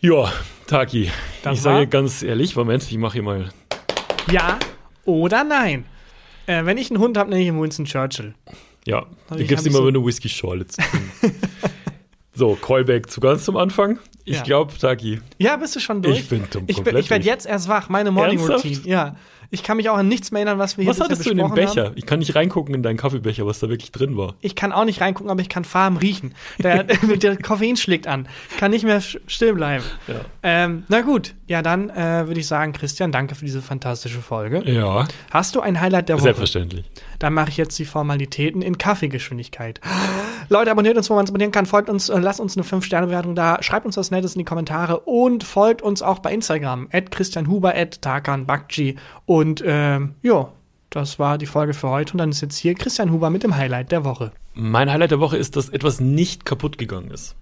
S3: ja, Taki.
S2: Das
S3: ich sage
S2: war-
S3: ganz ehrlich, Moment, ich mache hier mal.
S2: Ja oder nein? Äh, wenn ich einen Hund habe, nenne ich ihn Winston Churchill.
S3: Ja, du
S2: ich- hab
S3: gibst
S2: ich
S3: ihm aber
S2: so-
S3: eine Whisky-Schorle zu trinken. so, Callback zu ganz zum Anfang. Ich
S2: Ja.
S3: glaube, Taki.
S2: Ja, bist du schon durch?
S3: Ich bin dumm,
S2: Ich, bin-
S3: komplett
S2: ich werde
S3: durch.
S2: jetzt erst wach. Meine Morning
S3: Ernsthaft?
S2: Routine. Ja. Ich kann mich auch an nichts mehr erinnern, was wir hier
S3: Was
S2: bisher
S3: hattest du in dem
S2: besprochen haben.
S3: Becher? Ich kann nicht reingucken in deinen Kaffeebecher, was da wirklich drin war.
S2: Ich kann auch nicht reingucken, aber ich kann Farben riechen. Der, der Koffein schlägt an. Kann nicht mehr sch- still bleiben.
S3: Ja.
S2: Ähm, na gut, ja dann äh, würde ich sagen, Christian, danke für diese fantastische Folge.
S3: Ja.
S2: Hast du ein Highlight der Woche?
S3: Selbstverständlich.
S2: Dann mache ich jetzt die Formalitäten in Kaffeegeschwindigkeit. Leute, abonniert uns, wo man uns abonnieren kann. Folgt uns, äh, lasst uns eine 5-Sterne-Bewertung da. Schreibt uns was Nettes in die Kommentare und folgt uns auch bei Instagram. At Christian Huber, at Tarkan Bakci. Und ähm, ja, das war die Folge für heute. Und dann ist jetzt hier Christian Huber mit dem Highlight der Woche.
S3: Mein Highlight der Woche ist, dass etwas nicht kaputt gegangen ist.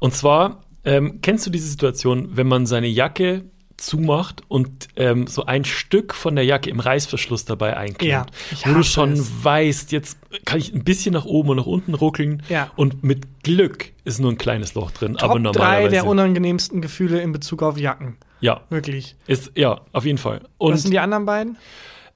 S3: Und zwar, ähm, kennst du diese Situation, wenn man seine Jacke zumacht und ähm, so ein Stück von der Jacke im Reißverschluss dabei einklemmt.
S2: Ja, ich
S3: wo du
S2: hasse
S3: schon
S2: es.
S3: weißt, jetzt kann ich ein bisschen nach oben und nach unten ruckeln
S2: Ja.
S3: und mit Glück ist nur ein kleines Loch drin, aber
S2: Top drei
S3: normalerweise.
S2: der unangenehmsten Gefühle in Bezug auf Jacken.
S3: ja,
S2: Wirklich.
S3: ist, ja, auf jeden Fall.
S2: Was
S3: Und
S2: sind die anderen beiden?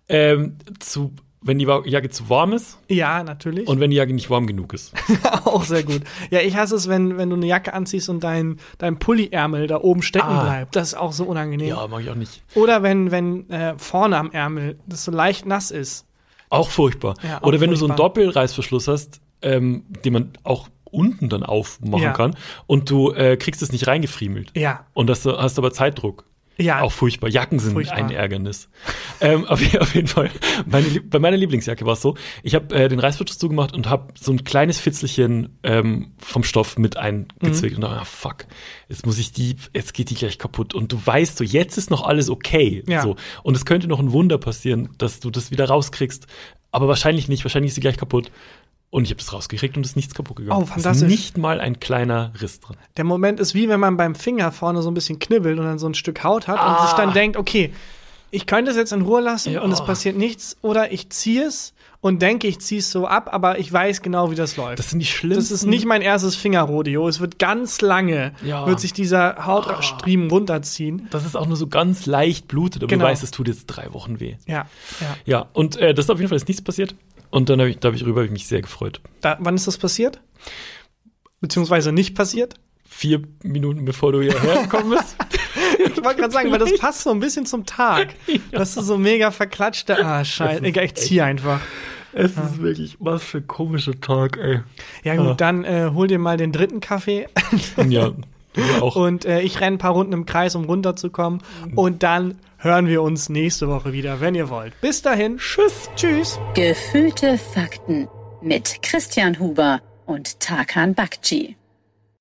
S3: ähm, zu, wenn die Wa- Jacke zu warm ist
S2: Ja, natürlich.
S3: und wenn die Jacke nicht warm genug ist.
S2: auch sehr gut. Ja, ich hasse es, wenn, wenn du eine Jacke anziehst und dein, dein Pulliärmel da oben stecken
S3: Ah.
S2: bleibt. Das ist auch so unangenehm.
S3: ja, mag ich auch nicht.
S2: Oder wenn, wenn äh, vorne am Ärmel das so leicht nass ist.
S3: Auch furchtbar.
S2: Ja, auch
S3: Oder wenn du so einen
S2: furchtbar.
S3: Doppelreißverschluss hast, ähm, den man auch unten dann aufmachen
S2: Ja.
S3: kann und du äh, kriegst es nicht reingefriemelt.
S2: Ja.
S3: Und das, hast aber Zeitdruck.
S2: Ja.
S3: Auch furchtbar. Jacken sind
S2: Furchtbar.
S3: ein Ärgernis. ähm, auf, je- auf jeden Fall. Meine, Lieb- bei meiner Lieblingsjacke war es so, ich habe äh, den Reißverschluss zugemacht und habe so ein kleines Fitzelchen ähm, vom Stoff mit
S2: Mhm.
S3: eingezwickt. Und dachte, ah, fuck, jetzt muss ich die, jetzt geht die gleich kaputt. Und du weißt so, jetzt ist noch alles okay.
S2: Ja.
S3: So. Und es könnte noch ein Wunder passieren, dass du das wieder rauskriegst. Aber wahrscheinlich nicht, wahrscheinlich ist sie gleich kaputt. Und ich habe das rausgekriegt und es ist nichts kaputt gegangen.
S2: Oh,
S3: Es
S2: fantastisch.
S3: Ist nicht mal ein kleiner Riss drin.
S2: Der Moment ist wie wenn man beim Finger vorne so ein bisschen knibbelt und dann so ein Stück Haut hat
S3: Ah.
S2: und sich dann denkt, okay, ich könnte es jetzt in Ruhe lassen
S3: Ja.
S2: und es passiert nichts. Oder ich ziehe es und denke, ich ziehe es so ab, aber ich weiß genau, wie das läuft.
S3: Das sind die schlimmsten.
S2: Das ist nicht mein erstes Fingerrodeo. Es wird ganz lange,
S3: Ja. Ah.
S2: wird sich dieser Hautstriemen runterziehen.
S3: dass es auch nur so ganz leicht blutet, aber
S2: Genau.
S3: du weißt, es tut jetzt drei Wochen weh.
S2: Ja, ja.
S3: Ja, und äh, das ist auf jeden Fall ist nichts passiert. Und dann habe ich, darüber habe ich mich sehr gefreut.
S2: Da, wann ist das passiert? Beziehungsweise nicht passiert?
S3: Vier Minuten bevor du hierher gekommen bist.
S2: Ich wollte gerade sagen, weil das passt so ein bisschen zum Tag. Das ist so mega verklatscht. Ah, scheiße. Egal, ich ziehe einfach.
S3: es ist wirklich, was für ein komischer Tag, ey.
S2: Ja gut,
S3: Ah.
S2: dann äh, hol dir mal den dritten Kaffee
S3: Ja, du auch.
S2: und äh, ich renne ein paar Runden im Kreis, um runterzukommen. Und dann hören wir uns nächste Woche wieder, wenn ihr wollt. Bis dahin. Tschüss. Tschüss.
S1: Gefühlte Fakten mit Christian Huber und Tarkan Bakci.